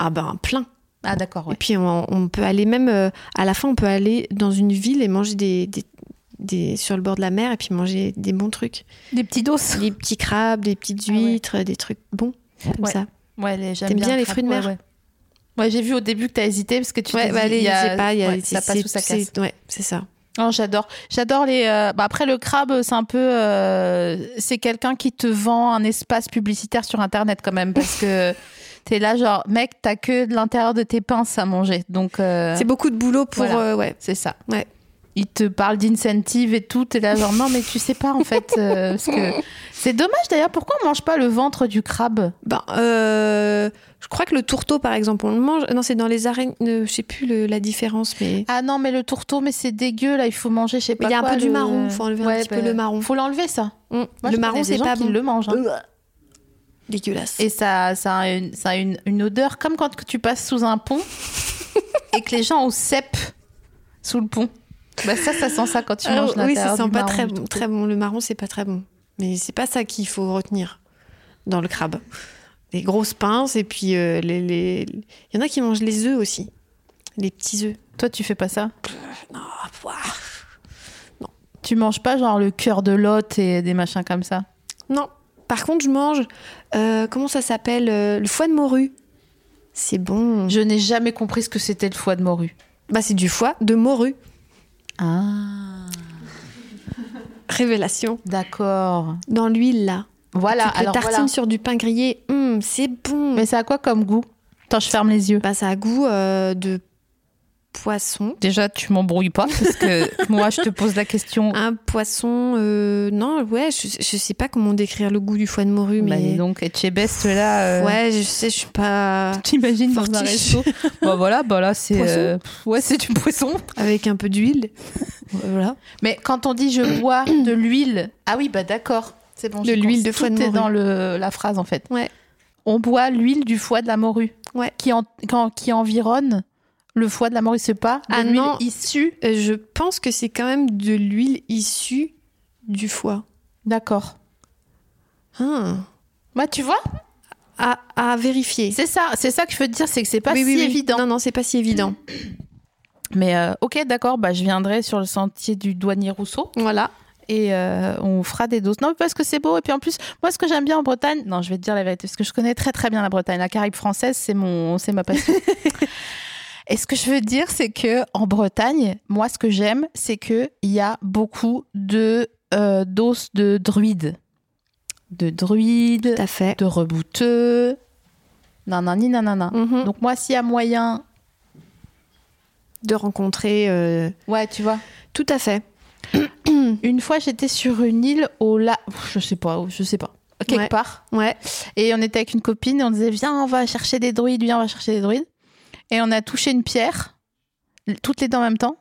Ah bah un plein.
Ah, d'accord,
Et puis on, on peut aller même euh, à la fin, on peut aller dans une ville et manger des, des- des- sur le bord de la mer et puis manger des bons trucs,
Des petits dos.
des petits crabes, des petites
Ah ouais.
huîtres, des trucs bons comme
Ouais.
ça.
Ouais, les- j'aime
T'aimes bien
le
les
crabe,
fruits de
ouais,
mer
Ouais, Ouais, j'ai vu au début que t'as hésité parce que tu
Ouais,
t'es
bah
dit,
allez,
il y a-
n'hésitez pas, il y a-
ouais,
c'est-
ça passe
c'est-
ou ça
c'est-
casse.
Ouais, c'est ça.
Non, j'adore. J'adore les. euh, bah après, le crabe, c'est un peu. euh, c'est quelqu'un qui te vend un espace publicitaire sur Internet quand même. Parce que t'es là, genre, mec, t'as que de l'intérieur de tes pinces à manger. Donc, euh,
C'est beaucoup de boulot pour
Voilà.
euh, ouais.
c'est ça.
Ouais.
Il te parle d'incentive et tout. T'es là, genre, non, mais tu sais pas, en fait. euh, parce que c'est dommage d'ailleurs. Pourquoi on mange pas le ventre du crabe
Ben, euh, je crois que le tourteau par exemple, on le mange. Non, c'est dans les araignées. euh, Je sais plus le- la différence, mais
Ah non, mais le tourteau, mais c'est dégueu, là. Il faut manger, je sais
Mais
pas.
il y a un
quoi,
peu du
le- bah,
marron, faut enlever un petit peu le marron.
Faut l'enlever, ça.
Hum,
Mm. Moi, je
le
connais
marron
des
c'est
gens
pas
qui
bon.
le mangent. hein.
Dégueulasse.
Et ça, ça a, une, ça a une, une odeur comme quand tu passes sous un pont et que les gens ont cep sous le pont. Bah ça, ça sent ça quand tu
Ah,
manges
oui,
l'intérieur
ça
du
sent pas
marron
très
du
bon,
truc.
très bon. Le marron, c'est pas très bon. Mais c'est pas ça qu'il faut retenir dans le crabe. Les grosses pinces et puis euh, les, les- il y en a qui mangent les œufs aussi. Les petits œufs.
Toi, tu fais pas ça
Ah, ouah.
Tu manges pas genre le cœur de l'hôte et des machins comme ça
Non. Par contre, je mange euh, comment ça s'appelle euh, le foie de morue. C'est bon.
Je n'ai jamais compris ce que c'était le foie de morue.
Bah, c'est du foie de morue.
Ah,
Révélation.
d'accord.
Dans l'huile là.
Voilà,
tu te le
alors
tartines
voilà.
sur du pain grillé. Hum, c'est bon.
Mais ça a quoi comme goût Attends, je ferme les yeux.
Bah, ça a goût euh, de poisson.
Déjà, tu m'embrouilles pas parce que moi, je te pose la question.
Un poisson, euh, non, ouais, je, je sais pas comment décrire le goût du foie de morue,
Bah, dis
mais
donc, et chez Best, là... euh,
ouais, je sais, je suis pas
T'imagines dans un
Fortiche.
resto Bah voilà, bah là c'est
Poisson
euh, pff, ouais, c'est du poisson.
avec un peu d'huile, voilà.
Mais quand on dit je bois de l'huile, ah oui, bah d'accord, c'est bon.
De
j'ai
l'huile
compris.
de foie
Tout
de
est
morue.
dans le, la phrase en fait.
Ouais.
On boit l'huile du foie de la morue.
Ouais.
Qui en- quand- qui environne le foie de la morue, c'est pas de
Ah
l'huile
non.
issue.
Euh, je pense que c'est quand même de l'huile issue du foie.
D'accord.
Hein.
Bah tu vois,
À, à vérifier.
c'est ça, c'est ça que je veux te dire, c'est que c'est pas
Oui,
si
oui, oui.
évident.
Non, non, c'est pas si évident.
Mais euh, ok, d'accord, bah je viendrai sur le sentier du douanier Rousseau.
Voilà.
et euh, on fera des doses. Non, parce que c'est beau. Et puis en plus, moi, ce que j'aime bien en Bretagne, non, je vais te dire la vérité, parce que je connais très très bien la Bretagne. La Caraïbe française, c'est mon, c'est ma passion. et ce que je veux dire, c'est que en Bretagne, moi, ce que j'aime, c'est que il y a beaucoup de euh, doses de druides, de druides,
Tout à fait.
de rebouteux, nanani nanana.
Mhm.
Donc moi, s'il y a moyen,
De rencontrer. euh,
ouais, tu vois.
Tout à fait.
Une fois, j'étais sur une île au la, Ouf, je sais pas, je sais pas, quelque
Ouais.
part.
Ouais.
Et on était avec une copine et on disait Viens, on va chercher des druides, viens, on va chercher des druides. Et on a touché une pierre, l- toutes les deux en même temps.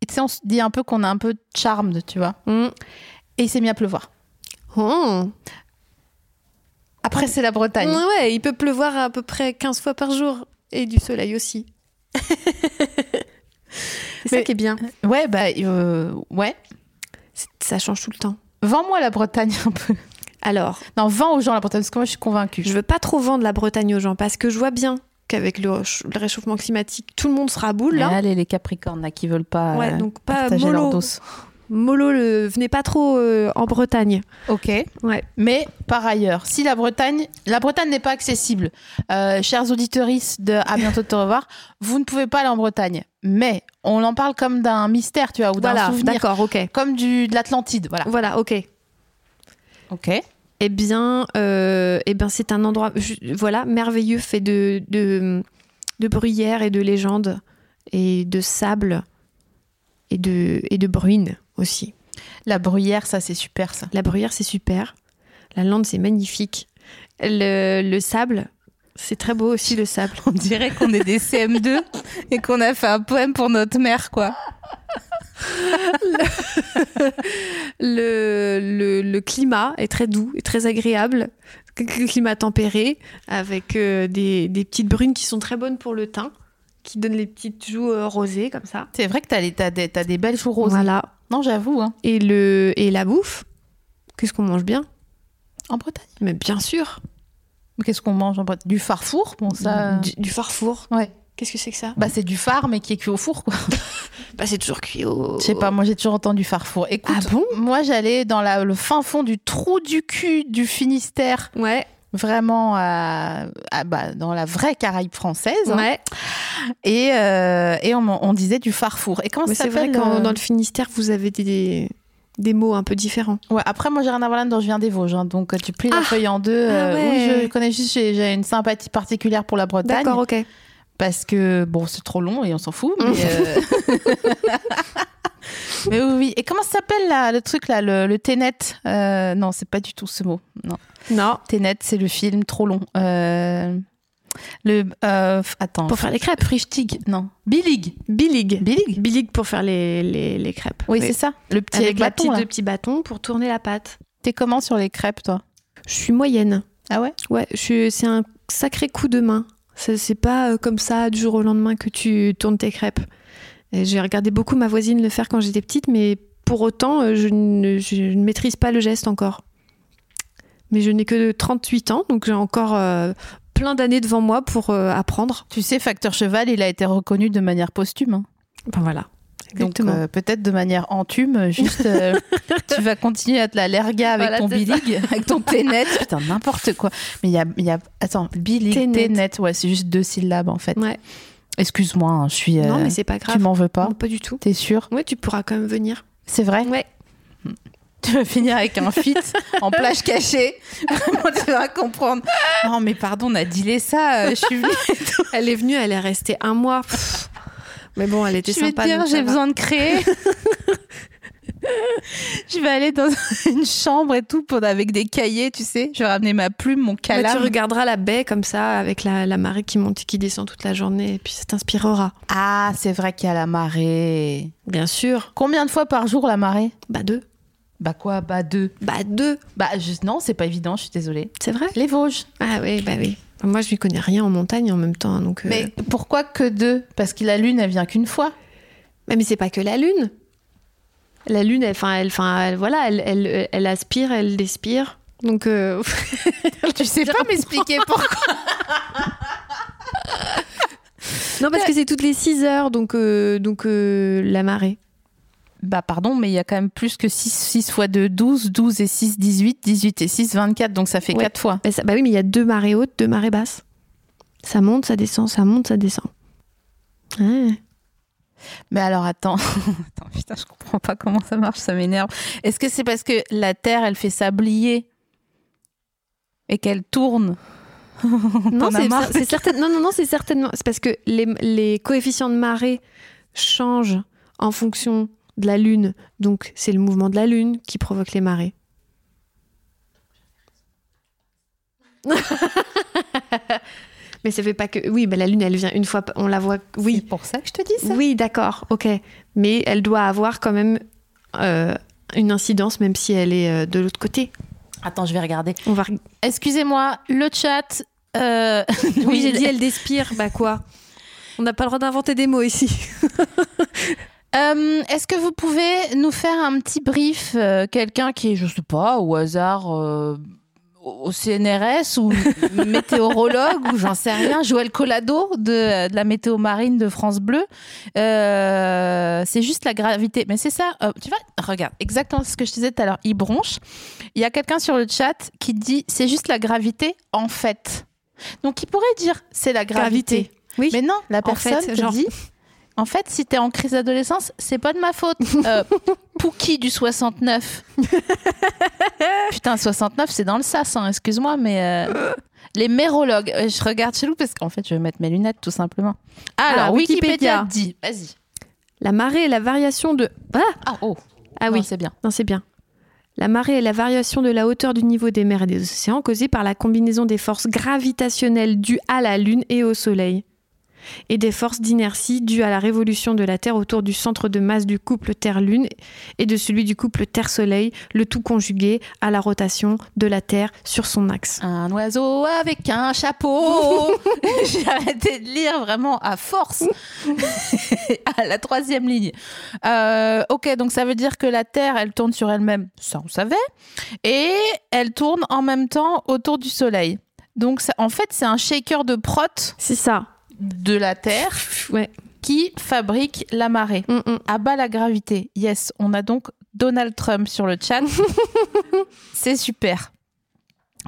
Et tu sais, on se dit un peu qu'on a un peu de charme, tu vois.
Mm.
Et il s'est mis à pleuvoir.
Oh.
Après, c'est la Bretagne.
Ouais, ouais, il peut pleuvoir à peu près 15 fois par jour. Et du soleil aussi. c'est ça
Mais-
qui est bien.
Ouais, bah, euh, ouais.
C'est- Ça change tout le temps.
Vends-moi la Bretagne un peu.
Alors,
Non, vends aux gens la Bretagne, parce que moi, je suis convaincue.
je veux pas trop vendre la Bretagne aux gens parce que je vois bien qu'avec le, réch- le réchauffement climatique, tout le monde sera à boule. là.
Allez, les Capricornes, là, qui veulent pas
hein.
euh,
ouais, donc pas
partager leur
mollo.
dos.
Mollo, le- venez pas trop euh, en Bretagne.
Ok.
Ouais.
Mais par ailleurs, si la Bretagne, la Bretagne n'est pas accessible, euh, chers auditeurs de à bientôt de te revoir, vous ne pouvez pas aller en Bretagne. Mais on en parle comme d'un mystère, tu vois, ou d'un
Voilà,
souvenir,
d'accord, ok.
comme du de l'Atlantide, voilà.
Voilà, ok.
Ok.
Eh bien, euh, eh bien c'est un endroit je- voilà, merveilleux, fait de, de, de bruyères et de légendes, et de sable, et de, et de bruines aussi.
La bruyère, ça c'est super ça.
La bruyère, c'est super. La lande, c'est magnifique. Le, le sable, c'est très beau aussi, le sable.
On dirait qu'on est des CM2 et qu'on a fait un poème pour notre mère, quoi.
le, le, le climat est très doux et très agréable. Le climat tempéré, avec euh, des, des petites brunes qui sont très bonnes pour le teint, qui donnent les petites joues euh, rosées comme ça.
C'est vrai que t'as, les- t'as des, t'as des belles joues roses.
Voilà.
Non, j'avoue. hein.
Et, le, et la bouffe, qu'est-ce qu'on mange bien
En Bretagne.
Mais bien sûr,
Mais Qu'est-ce qu'on mange en Bretagne Du farfour Bon, ça.
du, du farfour.
Ouais.
Qu'est-ce que c'est que ça
Bah, c'est du phare, mais qui est cuit au four, quoi.
Bah, c'est toujours cuit au.
Je sais pas, moi j'ai toujours entendu farfour. Écoute,
Ah bon
moi j'allais dans la- le fin fond du trou du cul du Finistère,
Ouais,
vraiment à, à- bah, dans la vraie Caraïbe française. hein.
ouais.
et, euh, et on, m'en- on disait du farfour. Et comment
Mais
ça
c'est vrai
s'appelle
que
euh,
dans le Finistère, vous avez des, des mots un peu différents.
Ouais, après moi j'ai rien à voir là-dedans, je viens des Vosges, hein, donc euh, tu plies la
Ah.
feuille en deux. euh,
Ah ouais.
Oui, je connais juste, j'ai j'ai une sympathie particulière pour la Bretagne
D'accord, ok.
parce que bon c'est trop long et on s'en fout. Mais, euh, mais oui, oui. Et comment ça s'appelle là, le truc là, le, le Ténet Euh, Non, c'est pas du tout ce mot. Non,
Non.
Ténet c'est le film trop long. Euh, Le euh, f- attends.
Pour faire les crêpes.
Frichtig, non. Billig.
Billig.
Billig.
Billig pour faire les, les, les crêpes.
Oui, c'est ça. Le petit
Avec la
bâton,
petite,
là.
le petit bâton pour tourner la pâte.
T'es comment sur les crêpes, toi
Je suis moyenne.
Ah ouais
Ouais, je suis- c'est un sacré coup de main. C'est c'est pas euh, comme ça du jour au lendemain que tu tournes tes crêpes. Et J'ai regardé beaucoup ma voisine le faire quand j'étais petite, mais pour autant, euh, je ne, je ne maîtrise pas le geste encore. Mais je n'ai que 38 ans, donc j'ai encore euh, plein d'années devant moi pour euh, apprendre.
Tu sais, Facteur Cheval, il a été reconnu de manière posthume. hein.
Ben voilà.
Donc
Exactement.
euh, peut-être de manière entume, euh, juste euh, tu vas continuer à te la lerga avec
Voilà,
ton
c'est ça.
bilig, avec ton ténet, putain n'importe quoi. Mais il y a, il y a- attends, bilig,
Ténet.
ténet, ouais c'est juste deux syllabes en fait.
ouais.
Excuse-moi, hein, je suis,
Non,
euh,
mais c'est pas
tu
grave.
m'en veux pas,
Non, pas du tout.
t'es sûr
Ouais, tu pourras quand même venir.
C'est vrai
Ouais.
Tu vas finir avec un fit en plage cachée, vraiment tu vas comprendre. Non mais pardon, on a dealé ça, euh, je suis venue-
Elle est venue, elle est restée un mois. Pff. Mais bon, elle était
Je vais te
sympa.
dire,
donc ça
j'ai
va.
besoin de créer. je vais aller dans une chambre et tout pour, avec des cahiers, tu sais. Je vais ramener ma plume, mon
Mais
calame.
Bah, tu regarderas la baie comme ça, avec la, la marée qui monte et qui descend toute la journée, et puis ça t'inspirera.
Ah, c'est vrai qu'il y a la marée.
Bien sûr.
Combien de fois par jour la marée
Bah deux.
Bah quoi Bah deux.
Bah deux,
Bah je- non, c'est pas évident, je suis désolée. Euh.
c'est vrai
Les Vosges.
Ah oui, bah oui. Moi, je lui connais rien en montagne en même temps, donc... euh,
Mais pourquoi que deux Parce que la lune, elle vient qu'une fois.
Mais, mais c'est pas que la lune. La lune, elle, enfin, elle, enfin, elle- voilà, elle, elle, elle aspire, elle déspire. Donc, euh,
tu sais pas m'expliquer pourquoi.
non, parce que c'est toutes les 6 heures, donc, euh, donc euh, la marée.
Bah pardon, mais il y a quand même plus que 6, 6 fois 2, 12, 12 et 6, 18, 18 et 6, 24, donc ça fait
Ouais.
4 fois.
Bah, ça- bah oui, mais il y a deux marées hautes, deux marées basses. Ça monte, ça descend, ça monte, ça descend. Ah. Ouais.
Mais alors attends, attends putain, je comprends pas comment ça marche, ça m'énerve. Est-ce que c'est parce que la Terre, elle fait sablier et qu'elle tourne
Non,
T'en as
c'est-
marre
c'est- c'est certain- non, non, non, c'est certainement. C'est parce que les, les coefficients de marée changent en fonction de la Lune. Donc, c'est le mouvement de la Lune qui provoque les marées. Mais ça fait pas que. Oui, bah, la Lune, elle vient une fois. On la voit.
C'est
Oui,
pour ça que je te dis ça.
oui, d'accord, ok. Mais elle doit avoir quand même euh, une incidence, même si elle est euh, de l'autre côté.
Attends, je vais regarder.
On va.
Excusez-moi, le chat. euh,
Oui, j'ai dit
euh,
elle despire. Bah quoi On n'a pas le droit d'inventer des mots ici.
Euh, Est-ce que vous pouvez nous faire un petit brief euh, Quelqu'un qui est, je sais pas, au hasard, euh, au au CNRS ou météorologue ou j'en sais rien, Joël Collado de, de la météo marine de France Bleu. Euh, c'est juste la gravité. Mais c'est ça, euh, tu vois, regarde, exactement ce que je te disais tout à l'heure, il bronche. Il y a quelqu'un sur le chat qui dit c'est juste la gravité en fait. Donc il pourrait dire c'est la gravité.
Gravité. Oui.
Mais non, la
En fait,
personne te
genre-
dit en fait, si t'es en crise d'adolescence, c'est pas de ma faute. Euh, Pookie du 69. Putain, 69, c'est dans le sas, hein, excuse-moi, mais. euh, Les mérologues. Euh, Je regarde chez nous parce qu'en fait, je vais mettre mes lunettes, tout simplement. Alors,
Ah,
Wikipédia.
Wikipédia.
dit. Vas-y.
La marée est la variation de. Ah,
Ah, oh.
ah
Non,
oui,
c'est bien.
non, c'est bien. La marée est la variation de la hauteur du niveau des mers et des océans causée par la combinaison des forces gravitationnelles dues à la Lune et au Soleil. et des forces d'inertie dues à la révolution de la Terre autour du centre de masse du couple Terre-Lune et de celui du couple Terre-Soleil, le tout conjugué à la rotation de la Terre sur son axe.
Un oiseau avec un chapeau. J'ai arrêté de lire vraiment à force. à la troisième ligne. Euh, ok, donc ça veut dire que la Terre, elle tourne sur elle-même. Ça, on savait. Et elle tourne en même temps autour du Soleil. Donc, ça, en fait, c'est un shaker de prot
C'est ça.
de la Terre
Ouais.
qui fabrique la marée.
Mm, mm.
Abat la gravité. Yes, on a donc Donald Trump sur le chat. c'est super.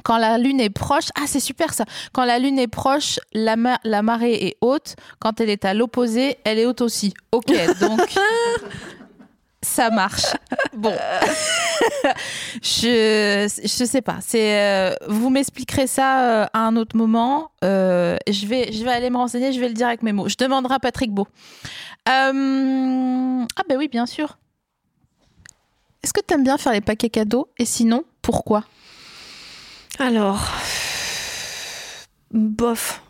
Quand la lune est proche, ah c'est super ça. Quand la lune est proche, la, ma- la marée est haute. Quand elle est à l'opposé, elle est haute aussi. Ok, donc ça marche. Bon, je je sais pas. C'est euh, vous m'expliquerez ça euh, à un autre moment. Euh, je vais je vais aller me renseigner. Je vais le dire avec mes mots. Je demanderai à Patrick Beau. Euh, Ah ben oui, bien sûr. Est-ce que t'aimes bien faire les paquets cadeaux Et sinon, pourquoi
Alors, bof,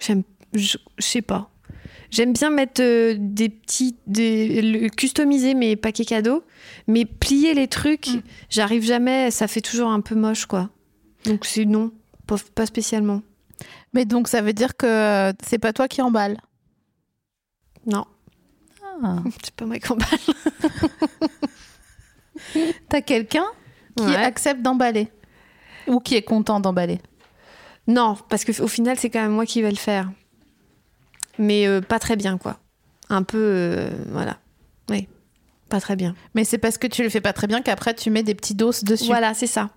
j'aime, je je sais pas. J'aime bien mettre euh, des petits, des, le- customiser mes paquets cadeaux, mais plier les trucs, j'arrive jamais, ça fait toujours un peu moche quoi. Donc c'est non, pas, pas spécialement.
Mais donc ça veut dire que c'est pas toi qui emballe.
Non,
Ah.
c'est pas moi qui emballe.
T'as quelqu'un qui
Ouais.
accepte d'emballer ou qui est content d'emballer.
Non, parce que au final c'est quand même moi qui vais le faire, mais euh, pas très bien quoi. Un peu, euh, voilà, oui, pas très bien.
Mais c'est parce que tu le fais pas très bien qu'après tu mets des petits doses dessus.
Voilà, c'est ça.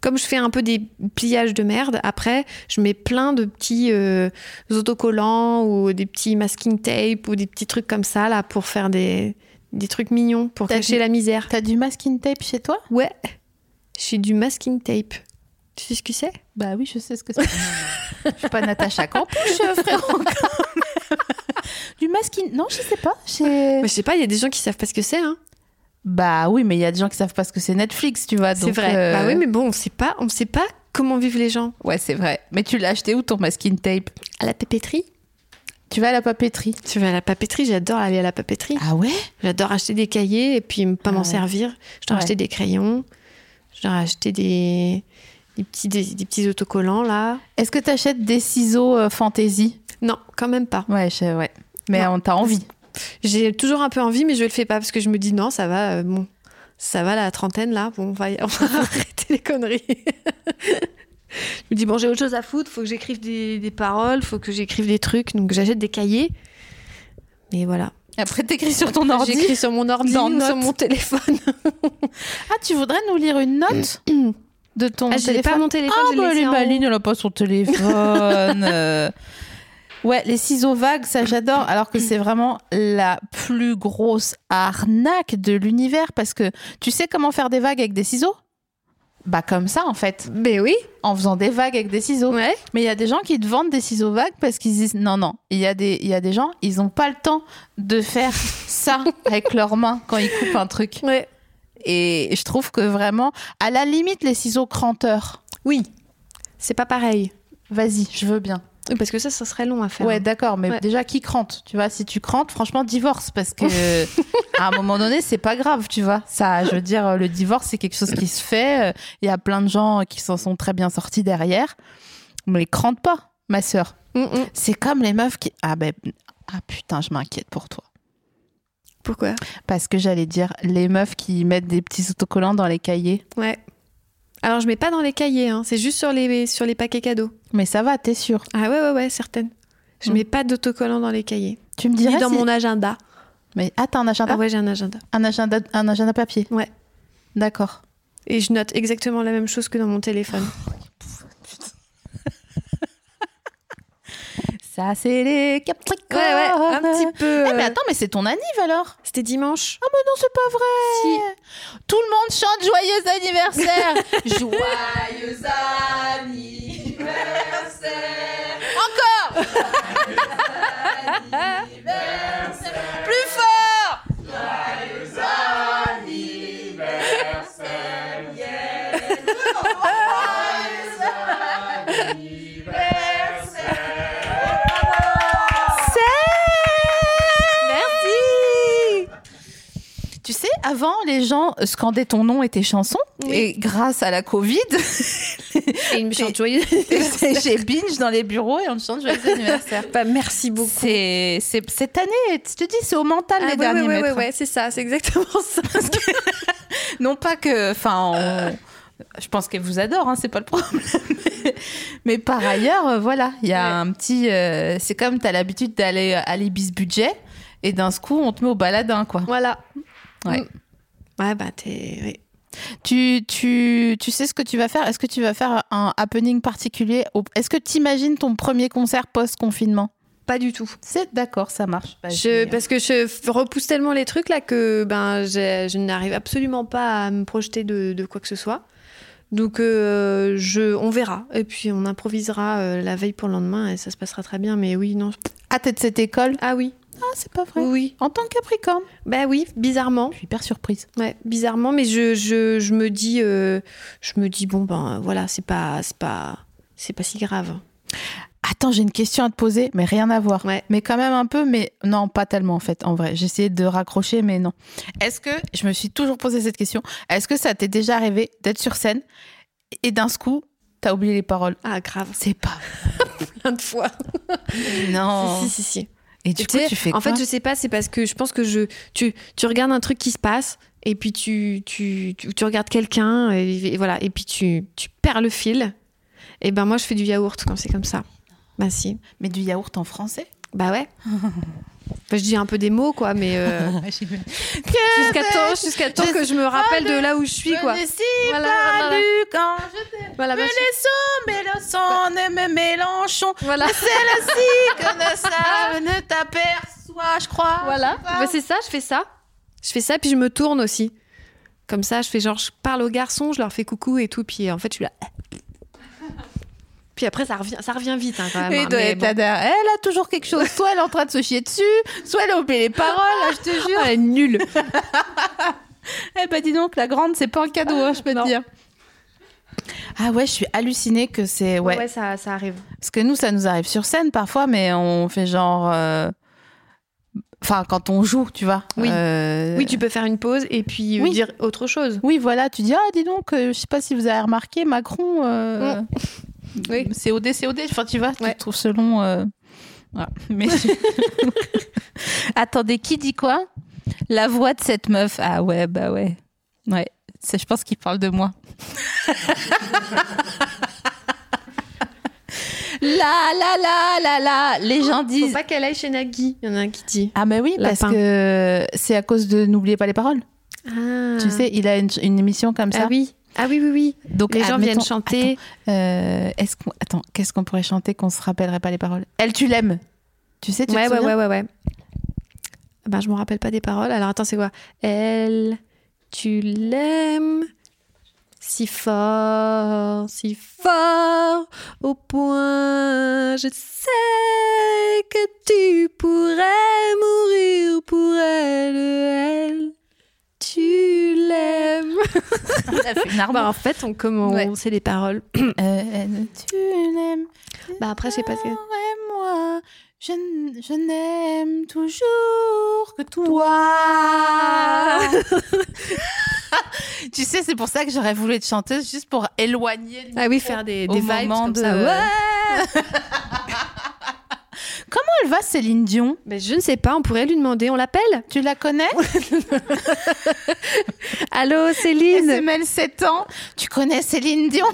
Comme je fais un peu des pliages de merde, après, je mets plein de petits euh, autocollants ou des petits masking tape ou des petits trucs comme ça, là, pour faire des, des trucs mignons, pour
T'as
cacher
dit-
la misère.
T'as du masking tape chez toi
Ouais, j'ai du masking tape. Tu sais ce que c'est
Bah oui, je sais ce que c'est. je suis pas Natacha Campouche, euh, frérot. quand même. du masking Non, je sais pas. j'ai-
Mais Je sais pas, il y a des gens qui savent pas ce que c'est, hein.
Bah oui, mais il y a des gens qui savent pas ce que c'est Netflix, tu vois.
C'est
donc,
vrai.
euh,
Bah oui, mais bon, on sait pas, on sait pas comment vivent les gens.
Ouais, c'est vrai. Mais tu l'as acheté où ton masking tape
À la papeterie
Tu vas à la papeterie.
Tu vas à la papeterie, j'adore aller à la papeterie.
Ah ouais
J'adore acheter des cahiers et puis pas m'en
Ah ouais.
servir. Je dois
Ouais.
acheter des crayons. Je dois acheter des, des, petits, des, des petits autocollants là.
Est-ce que tu achètes des ciseaux euh, fantasy
Non, quand même pas.
Ouais, je- ouais. Mais
Non.
on t'a envie.
J'ai toujours un peu envie, mais je le fais pas parce que je me dis non, ça va, euh, bon, ça va la trentaine là. Bon, on va, on va arrêter les conneries. je me dis bon, j'ai autre chose à foutre. Faut que j'écrive des, des paroles, faut que j'écrive des trucs. Donc j'achète des cahiers. Mais voilà.
Après, t'écris sur ton ordi.
J'écris sur mon ordi,
Dans
ou sur
Notes.
mon téléphone.
Ah, tu voudrais nous lire une note de ton
Ah, je l'ai
téléphone
pas mon téléphone.
Ah,
je l'ai
bah, elle
laissé
est
en-
maligne, elle a pas son téléphone. euh. Ouais, les ciseaux vagues, ça j'adore. Alors que c'est vraiment la plus grosse arnaque de l'univers parce que tu sais comment faire des vagues avec des ciseaux Bah, comme ça en fait,
Mais Ben oui.
en faisant des vagues avec des ciseaux.
Ouais.
Mais il y a des gens qui te vendent des ciseaux vagues parce qu'ils disent non, non, il y, a des- il y a des gens, ils n'ont pas le temps de faire ça avec leurs mains quand ils coupent un truc.
Ouais.
Et je trouve que vraiment, à la limite, les ciseaux cranteurs,
Oui, c'est pas pareil.
vas-y, je veux bien.
Oui, parce que ça, ça serait long à faire. hein.
Ouais, d'accord, mais
Ouais.
déjà, qui crante Tu vois, si tu crantes, franchement, divorce parce que à un moment donné, c'est pas grave, tu vois. Ça, je veux dire, le divorce, c'est quelque chose qui se fait. euh, Il y a plein de gens qui s'en sont très bien sortis derrière. Mais crante pas, ma sœur.
Mm, mm.
C'est comme les meufs qui. Ah ben. Ah putain, je m'inquiète pour toi.
Pourquoi
Parce que j'allais dire, les meufs qui mettent des petits autocollants dans les cahiers.
Ouais. Alors, je mets pas dans les cahiers, hein. c'est juste sur les, sur les paquets cadeaux.
Mais ça va, t'es sûre.
Ah ouais, ouais, ouais, certaines. Je
Mm.
mets pas d'autocollants dans les cahiers.
Tu me
Ni
dirais.
dans
si-
mon agenda.
Mais ah, t'as un agenda,
Ah ouais, j'ai un agenda.
un agenda, un agenda papier.
Ouais.
D'accord.
Et je note exactement la même chose que dans mon téléphone.
Ça, c'est les Capricornes.
Ouais, ouais, un petit peu.
Eh, mais
euh,
attends, mais c'est ton anniv alors
C'était dimanche.
Ah, mais non, c'est pas vrai Tout le monde chante joyeux anniversaire Joyeux anniversaire Encore Joyeux anniversaire Plus fort Joyeux anniversaire Tu sais, avant, les gens scandaient ton nom et tes chansons.
Oui.
Et grâce à la Covid,
Et une chante joyeuse.
j'ai binge dans les bureaux et on me chante joyeux anniversaire.
Bah, merci beaucoup.
C'est c'est- cette année, je te dis, c'est au mental
Ah
les
ouais,
derniers
ouais, ouais,
mètres.
ouais, ouais, c'est ça, c'est exactement ça.
Non pas que, enfin, on- je pense qu'elle vous adore, hein, c'est pas le problème. Mais par ailleurs, euh, voilà, il y a
Ouais.
un petit, euh, c'est comme t'as l'habitude d'aller à l'Ibis budget et d'un coup on te met au baladin quoi.
voilà.
Ouais.
Mm. Ouais, bah, t'es. oui.
Tu, tu, tu sais ce que tu vas faire Est-ce que tu vas faire un happening particulier au- Est-ce que t'imagines ton premier concert post confinement
Pas du tout.
C'est d'accord, ça marche. Bah,
Je,
je-
parce que je f- repousse tellement les trucs là que ben, j'ai- je n'arrive absolument pas à me projeter de, de quoi que ce soit. Donc euh, je, on verra et puis on improvisera euh, la veille pour le lendemain et ça se passera très bien. Mais oui, non. je-
Ah, t'es de cette école
Ah oui,
Ah, c'est pas vrai.
oui, oui.
En tant que Capricorne.
Bah oui, bizarrement.
Je suis hyper surprise.
Ouais, bizarrement, mais je, je, je me dis, euh, je me dis bon ben euh, voilà, c'est pas, c'est pas, c'est pas si grave.
Attends, j'ai une question à te poser, mais rien à voir.
Ouais.
Mais quand même un peu, mais non, pas tellement en fait, en vrai. J'essayais de raccrocher, mais non. Est-ce que, je me suis toujours posé cette question, est-ce que ça t'est déjà arrivé d'être sur scène et d'un coup, t'as oublié les paroles
Ah grave,
C'est pas
plein de fois.
vrai. Non.
Si si si. si.
Et du
Tu
coup,
sais,
tu fais
En
quoi
fait, je sais pas, c'est parce que je pense que je, tu, tu regardes un truc qui se passe, et puis tu, tu, tu, tu regardes quelqu'un, et, et voilà, et puis tu, tu perds le fil. Et ben moi, je fais du yaourt quand c'est comme ça. Bah si.
Mais du yaourt en français
Bah ouais. Enfin, je dis un peu des mots, quoi, mais euh, jusqu'à temps, jusqu'à temps que je me rappelle de là où je suis, quoi.
ben, Je ne suis
Voilà,
pas
voilà.
lu quand je t'ai
Voilà, bah,
me
je-
laissons, mais le sang ne me Mélenchon.
voilà.
C'est la si que ne savent, ne t'aperçoit, je crois.
Voilà, Bah, c'est ça, je fais ça. Je fais ça, puis je me tourne aussi. Comme ça, je fais genre, je parle aux garçons, je leur fais coucou et tout, puis euh, en fait, je suis là. Puis après, ça revient, ça revient vite hein, quand même.
Oui,
hein,
doit
mais
être
bon.
là derrière. Elle a toujours quelque chose. Soit elle est en train de se chier dessus, soit elle a oublié les paroles, là, je te jure.
Ah, elle est nulle.
Eh ben dis donc, la grande, c'est pas un cadeau, hein, je peux te
Non.
dire. Ah ouais, je suis hallucinée que c'est... Ouais.
Ouais, ça, ça arrive.
Parce que nous, ça nous arrive sur scène parfois, mais on fait genre... euh, Enfin, quand on joue, tu vois.
Oui.
Euh,
Oui, tu peux faire une pause et puis euh,
Oui.
dire autre chose.
Oui, voilà, tu dis, ah, dis donc, euh, je sais pas si vous avez remarqué, Macron, euh,
Oui.
COD, COD, enfin, tu vois,
Ouais.
tu trouves selon. euh, voilà. Mais... Attendez, qui dit quoi La voix de cette meuf. Ah ouais, bah ouais. Ouais, c'est- je pense qu'il parle de moi. la, la, la, la, la. Les gens
Faut
disent.
pas qu'elle aille chez Nagui. Il y en a un qui dit.
Ah, mais oui, parce
Lapin.
que c'est à cause de N'oubliez pas les paroles.
Ah.
Tu sais, il a une, une émission comme ça.
Ah oui. Ah oui, oui, oui.
Donc,
Les gens
admettons-
viennent chanter.
Euh, est-ce qu'on attends, qu'est-ce qu'on pourrait chanter qu'on se rappellerait pas les paroles Elle, tu l'aimes. Tu sais, tu
ouais,
te
ouais,
souviens
ouais, ouais, ouais. Ben, je me rappelle pas des paroles. Alors attends, c'est quoi Elle, tu l'aimes si fort, si fort, au point, je sais que tu pourrais mourir pour elle. Elle, tu l'aimes. Bah, en fait, on comment
Ouais.
on sait les paroles.
Euh, elle, tu l'aimes.
Bah après, je sais pas ce que.
Et moi, je, n- je n'aime toujours que toi. tu sais, c'est pour ça que j'aurais voulu être chanteuse, juste pour éloigner. le
Ah oui,
micro
faire des,
au
des vibes
moment
comme
de-
ça.
Ouais. Comment elle va, Céline Dion
Ben, je ne sais pas. On pourrait lui demander. On l'appelle
Tu la connais
Allô,
Elle
Céline.
SML 7 ans. Tu connais Céline Dion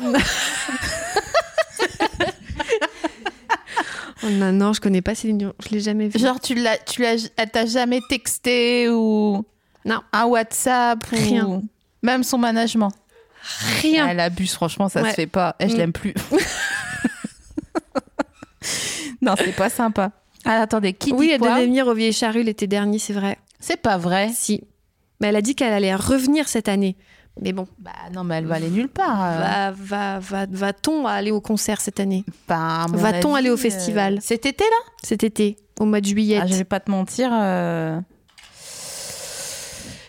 Oh, non, non, je connais pas Céline Dion. Je l'ai jamais vue.
Genre, tu l'as, tu l'as, elle t'a jamais texté ou
Non.
un WhatsApp ou-
Rien.
Même son management.
Rien.
Elle abuse, franchement, ça
Ouais.
se fait pas. Et je
Mm.
l'aime plus. non, c'est pas sympa. Ah, attendez, qui
oui,
dit
elle
quoi
devait venir au Vieil Charru l'été dernier, c'est vrai.
C'est pas vrai.
Si. Mais elle a dit qu'elle allait revenir cette année. Mais bon,
Bah non, mais elle va aller nulle part. euh.
va, va, va, va-t-on aller au concert cette année
Bah, à mon
Va-t-on
avis,
aller au
euh,
festival
Cet été là
Cet été, au mois de juillet.
Ah, Je vais pas te mentir. euh,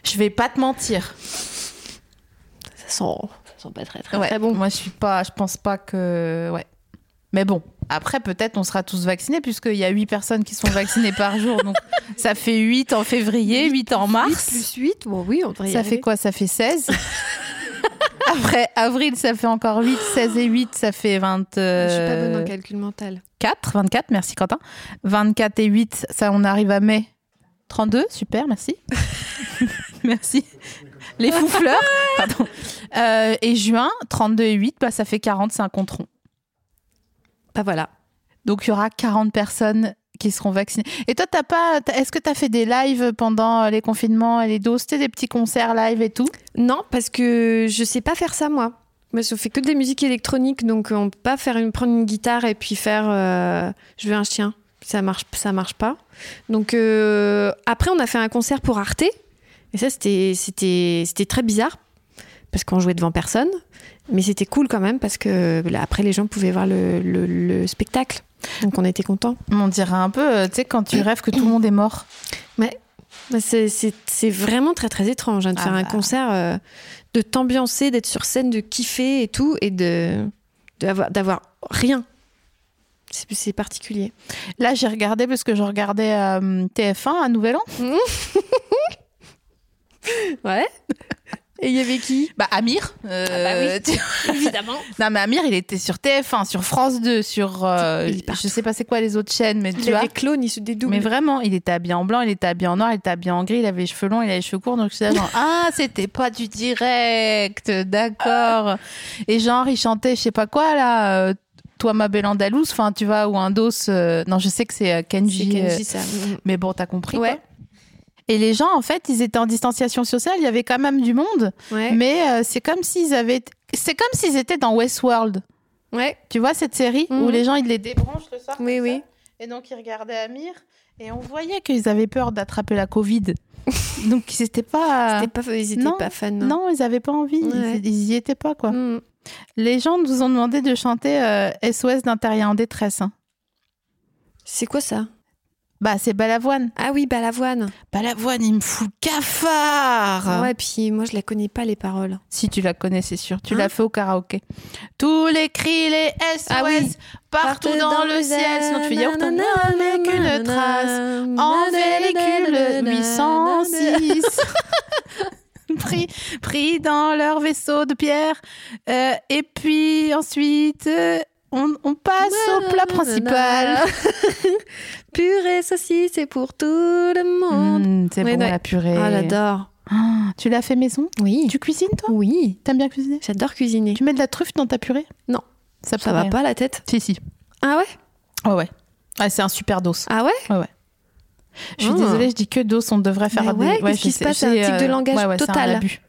Je vais pas te mentir.
Ça sent, ça sent pas très très,
Ouais.
très Ah bon.
Euh, Moi, je suis pas, je pense pas que, ouais. Mais bon, Après, peut-être on sera tous vaccinés, puisqu'il y a 8 personnes qui sont vaccinées par jour. Donc, ça fait 8 en février, 8 en mars.
8 plus 8, bon oui, on devrait y
Ça
arriver.
fait quoi Ça fait 16 Après avril, ça fait encore 8. 16 et 8, ça fait 24.
Je suis pas
euh,
bonne en calcul mental.
24, merci Quentin. 24 et 8, ça on arrive à mai. 32, super, merci. merci. Les foufleurs, pardon. Euh, et juin, 32 et 8, bah, ça fait 40, c'est un compte rond.
Bah voilà.
Donc il y aura 40 personnes qui seront vaccinées. Et toi, t'as pas, t'as- est-ce que tu as fait des lives pendant euh, les confinements et les doses C'était des petits concerts live et tout
Non, parce que je sais pas faire ça moi. Moi, je fais que des musiques électroniques, donc on peut pas faire une, prendre une guitare et puis faire euh, je veux un chien. Ça marche, ça marche pas. Donc euh, après, on a fait un concert pour Arte, et ça c'était c'était c'était très bizarre parce qu'on jouait devant personne, mais c'était cool quand même parce que là, après les gens pouvaient voir le, le- le spectacle, donc on était contents.
On dirait un peu, euh, tu sais, quand tu rêves que tout le monde est mort.
Mais Bah, C'est c'est- c'est vraiment très très étrange hein, de
Ah
faire un
bah.
concert, euh, de t'ambiancer, d'être sur scène, de kiffer et tout, et de d'avoir d'avoir rien. C'est c'est particulier.
Là, j'ai regardé parce que je regardais euh, TF1 à Nouvel An.
Ouais. Et il y avait qui
Bah, Amir. euh, tu-
Évidemment.
Non, mais Amir, il était sur TF1, sur France 2, sur. euh,
Il est partout.
je sais pas c'est quoi les autres chaînes, mais
Il
tu
y
vois.
avait clones, ils se dédoublent.
Mais vraiment, il était habillé en blanc, il était habillé en noir, il était habillé en gris, il avait les cheveux longs, il avait les cheveux courts. Donc, je suis là, genre, ah, c'était pas du direct, d'accord. Et genre, il chantait, je sais pas quoi, là, euh, Toi, ma belle Andalouse, enfin, tu vois, ou un dos. euh, Non, je sais que c'est euh,
C'est
Kenji. euh,
Kenji, ça.
Mais bon, t'as compris.
Ouais.
quoi. Et les gens, en fait, ils étaient en distanciation sociale. Il y avait quand même du monde,
Ouais.
mais euh, c'est comme s'ils avaient, c'est comme s'ils étaient dans Westworld.
Ouais.
Tu vois cette série où
Mhm.
les gens ils les débranchent le soir.
Oui,
comme
oui.
ça. Et donc ils regardaient Amir et on voyait qu'ils avaient peur d'attraper la Covid. donc ils étaient pas.
C'était pas, ils étaient
Non,
pas fans. hein.
Non. ils avaient pas envie. Ils-
Ouais.
Ils, y étaient pas quoi.
Mm.
Les gens nous ont demandé de chanter euh, SOS d'un terrien en détresse. hein.
C'est quoi ça
Bah c'est Balavoine.
Ah oui, Balavoine.
Balavoine, il me fout le cafard.
Ouais, puis moi je la connais pas les paroles.
Si tu la connais, c'est sûr. Tu
Hein
l'as fait au karaoké. Tous les cris, les SOS,
Ah oui.
partout dans, le ciel. Sinon, tu fais dire, ton homme n'est qu'une trace. En véhicule 806. pris, pris dans leur vaisseau de pierre. Euh, et puis ensuite, euh, on, on passe au plat principal.
Purée saucisse, c'est pour tout le monde.
Mmh, c'est
Oui,
bon,
ouais.
la purée.
Hmm. Ah, j'adore.
Ah, tu l'as fait maison
Oui.
Tu cuisines, toi
Oui.
T'aimes bien cuisiner
J'adore cuisiner.
Tu mets de la truffe dans ta purée
Non.
Ça,
Ça va
paraît.
pas la tête
Si, si.
Ah ouais
Ouais, ouais. Ah, c'est un super dos.
Ah ouais
Je suis
Ah.
désolée, je dis que dos, on devrait faire
Mais
des...
ouais, qu'est-ce
je
qui se
sais,
passe C'est un
j'ai,
tic de langage
ouais, ouais, C'est
total.
un abus.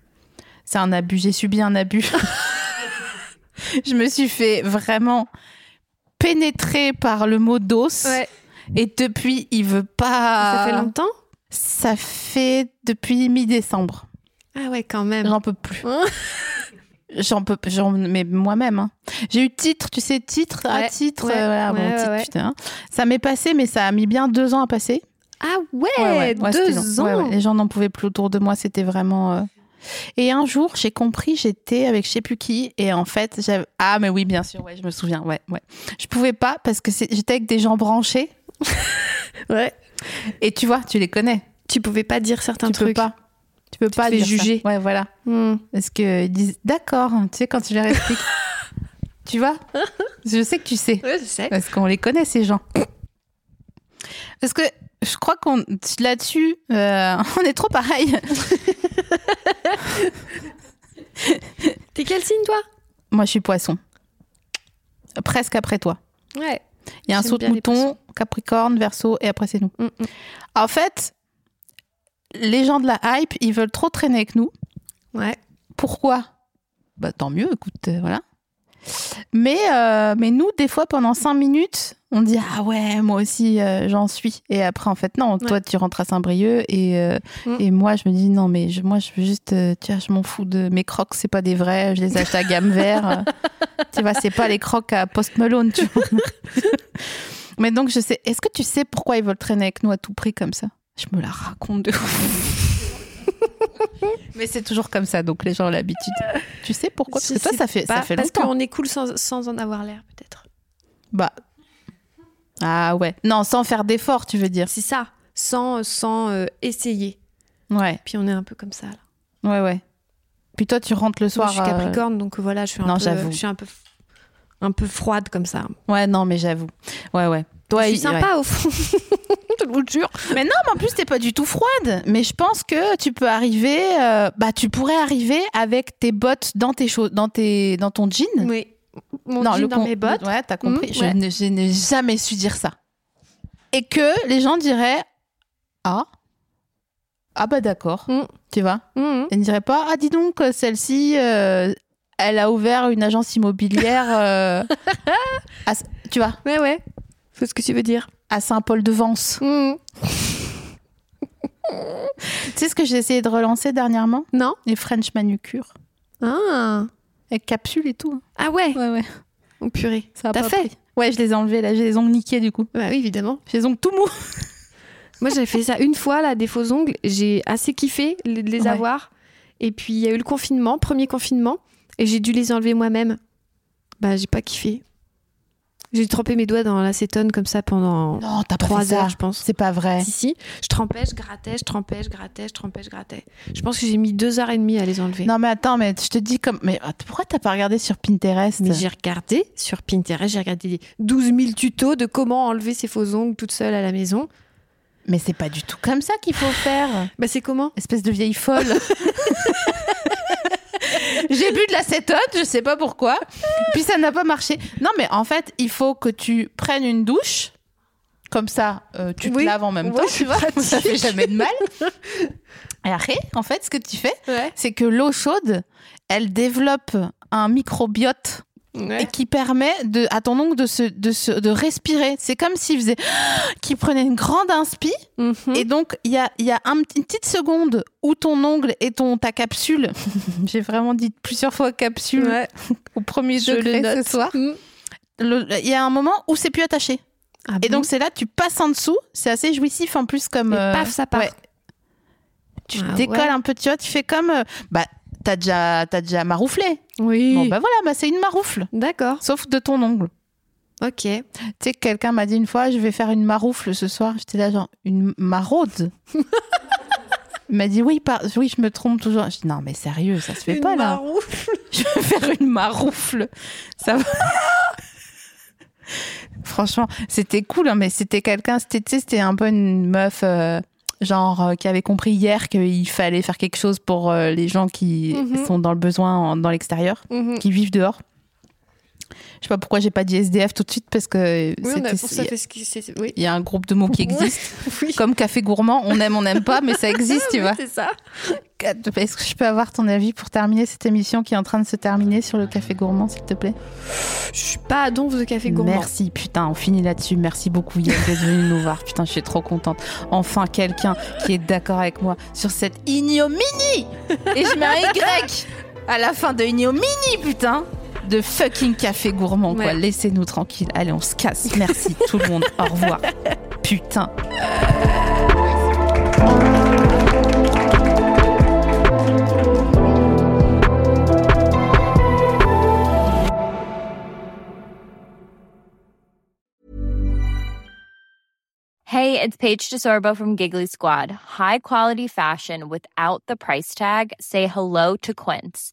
C'est un abus, j'ai subi un abus. je me suis fait vraiment pénétrer par le mot dos. Et depuis, il veut pas...
Ça fait longtemps
Ça fait depuis mi-décembre.
Ah ouais, quand même.
J'en peux plus.
Hein
J'en peux j'en- mais moi-même. hein. J'ai eu titre, tu sais, titre à
Ouais,
titre.
ouais,
euh, voilà, bon,
ouais,
titre,
ouais, ouais.
putain. Ça m'est passé, mais ça a mis bien deux ans à passer.
Ah ouais,
c'était
Deux
long.
ans
Ouais, ouais, les gens n'en pouvaient plus autour de moi, c'était vraiment. euh. Et un jour, j'ai compris, j'étais avec je sais plus qui, et en fait, j'avais. Ah, mais oui, bien sûr, ouais, je me souviens, ouais, ouais. Je pouvais pas parce que c'est- j'étais avec des gens branchés,
Ouais.
et tu vois, tu les connais.
Tu pouvais pas dire certains
Tu
trucs.
peux pas. Tu peux
te
pas
fais
les
juger.
Ouais, voilà.
Hmm.
Parce qu'ils disent d'accord, tu sais, quand tu leur expliques. tu vois Je sais que tu sais.
Ouais, je sais.
Parce qu'on les connaît, ces gens. Parce que je crois qu'on là-dessus, euh, on est trop pareil.
T'es quel signe, toi
Moi, je suis poisson. Presque après toi.
Ouais.
Il y a un
J'aime
saut de
bien les
mouton,
poissons.
Capricorne, Verseau, et après, c'est nous.
Mm, mm.
En fait, les gens de la hype, ils veulent trop traîner avec nous.
Ouais.
Pourquoi Bah tant mieux, écoute, euh, voilà. Mais, euh, mais nous, des fois, pendant cinq minutes, on dit Ah ouais, moi aussi, euh, j'en suis. Et après, en fait, non, toi, tu rentres à Saint-Brieuc et, euh,
Mm.
et moi, je me dis Non, mais je, moi, je veux juste, euh, tu vois, je m'en fous de mes crocs, c'est pas des vrais, je les achète à gamme vert. Euh, tu vois, c'est pas les crocs à Post Malone, tu vois. mais donc, je sais, est-ce que tu sais pourquoi ils veulent traîner avec nous à tout prix comme ça Je me la raconte de ouf. Mais c'est toujours comme ça, donc les gens ont l'habitude. Tu sais pourquoi Parce
Je
que toi,
sais
ça fait, ça
pas,
fait
parce
longtemps.
qu'on est cool sans, sans en avoir l'air, peut-être.
Bah, Ah ouais. Non, sans faire d'effort, tu veux dire.
C'est ça, sans, sans euh, essayer.
Ouais,
Puis on est un peu comme ça. Là.
ouais, ouais. Puis toi, tu rentres le
Moi,
soir.
je suis
euh,
Capricorne, donc voilà, je suis un
Non,
peu,
j'avoue.
je suis un peu, un peu froide comme ça.
euh, Ouais, non, mais j'avoue. Ouais, ouais. Toi,
je
il-
suis sympa au fond, je vous le jure.
Mais non, mais en plus, t'es pas du tout froide. Mais je pense que tu peux arriver. euh, bah, tu pourrais arriver avec tes bottes dans tes choses, dans tes, dans ton jean.
Oui. Mon
non,
jean
le
dans
con-
mes bottes.
Ouais, t'as compris.
Mhm,
je,
ouais.
ne, je n'ai jamais su dire ça. Et que les gens diraient ah ah bah d'accord,
Mhm.
tu vois.
Mhm.
Ils ne diraient pas ah dis donc euh, celle-ci. euh, elle a ouvert une agence immobilière, euh, à S- tu vois,
Ouais, ouais. C'est ce que tu veux dire.
à Saint-Paul-de-Vence.
Mhm.
Tu sais ce que j'ai essayé de relancer dernièrement
Non
Les French manucure.
ah.
Avec capsule et tout.
ah ouais.
Ouais, ouais.
Oh purée.
Ça a
T'as
pas
fait
pris. Ouais, je les ai enlevés là, j'ai les ongles niqués du coup.
Bah oui, évidemment.
J'ai les ongles tout mous.
Moi, j'avais fait ça une fois, là, des faux ongles. J'ai assez kiffé les- de les
Ouais.
avoir. Et puis, il y a eu le confinement, premier confinement, et j'ai dû les enlever moi-même. Bah, j'ai pas kiffé. J'ai trempé mes doigts dans l'acétone comme ça pendant
Non, t'as pas fait
Oh, trois
ça.
heures, je pense.
C'est pas vrai.
Si, si. Je trempais, je grattais, je trempais, je grattais, je trempais, je grattais. Je pense que j'ai mis deux heures et demie à les enlever.
Non mais attends, mais je te dis comme... Mais att- pourquoi t'as pas regardé sur Pinterest
Mais j'ai regardé sur Pinterest, j'ai regardé 12 000 tutos de comment enlever ses faux ongles toute seule à la maison.
Mais c'est pas du tout comme ça qu'il faut faire.
Bah, c'est comment
Espèce de vieille folle. j'ai bu de l'acétone, je sais pas pourquoi. Puis ça n'a pas marché. Non mais en fait, il faut que tu prennes une douche. Comme ça, euh, tu te
Oui.
laves en même
Ouais,
temps,
c'est
tu vois. Ça fait
pratique.
jamais de mal. Et après, en fait, ce que tu fais,
Ouais.
c'est que l'eau chaude, elle développe un microbiote et qui permet de, à ton ongle de, se, de, se- de respirer. C'est comme s'il faisait qu'il prenait une grande inspi
Mhm.
et donc il y a, il y a un petit- une petite seconde où ton ongle et ton, ta capsule, j'ai vraiment dit plusieurs fois capsule
Ouais.
au premier
Je
degré
le note.
ce soir,
Mhm.
Le- il y a un moment où c'est plus attaché.
Ah
Et
bon
donc c'est là, tu passes en dessous, c'est assez jouissif en plus comme...
Et
euh,
paf, ça part.
ouais. tu
Ah
décolles
ouais.
un peu, tu vois, tu fais comme... euh, bah, t'as déjà, t'as déjà marouflé.
Oui.
Bon bah voilà, bah, c'est une maroufle.
D'accord.
Sauf de ton ongle.
Ok.
Tu sais, quelqu'un m'a dit une fois, je vais faire une maroufle ce soir. J'étais là, genre, une maraude Il m'a dit, oui, par- oui, je me trompe toujours. Je dis, non, mais sérieux, ça se fait pas là. Je vais faire une maroufle. Ça va. Franchement, c'était cool, hein, mais c'était quelqu'un, c'était tu sais, c'était un peu une meuf. euh, Genre euh, qui avait compris hier qu'il fallait faire quelque chose pour euh, les gens qui
Mhm.
sont dans le besoin en- dans l'extérieur
Mm.
qui vivent dehors. Je sais pas pourquoi j'ai pas dit SDF tout de suite parce que
Oui, on a
c'était-
pour ça fait ce qui c'est. Oui.
il y a un groupe de mots qui existe.
Oui. Ah
Comme café gourmand, on aime, on n'aime pas, mais ça existe, tu
Oui,
vois.
C'est ça.
Est-ce que je peux avoir ton avis pour terminer cette émission qui est en train de se terminer sur le café gourmand, s'il te plaît
Je suis pas à donf de café gourmand.
Merci, putain, on finit là-dessus. Merci beaucoup, Yann, d'être venu nous voir. Putain, je suis trop contente. Enfin, quelqu'un qui est d'accord avec moi sur cette ignominie Et je mets un Y à la fin de ignominie, putain De fucking café gourmand, quoi.
Ouais.
Laissez-nous tranquille. Allez, on se casse. Merci, tout le monde. Au revoir. Putain.
Hey, it's Paige DeSorbo from Giggly Squad. High quality fashion without the price tag. Say hello to Quince.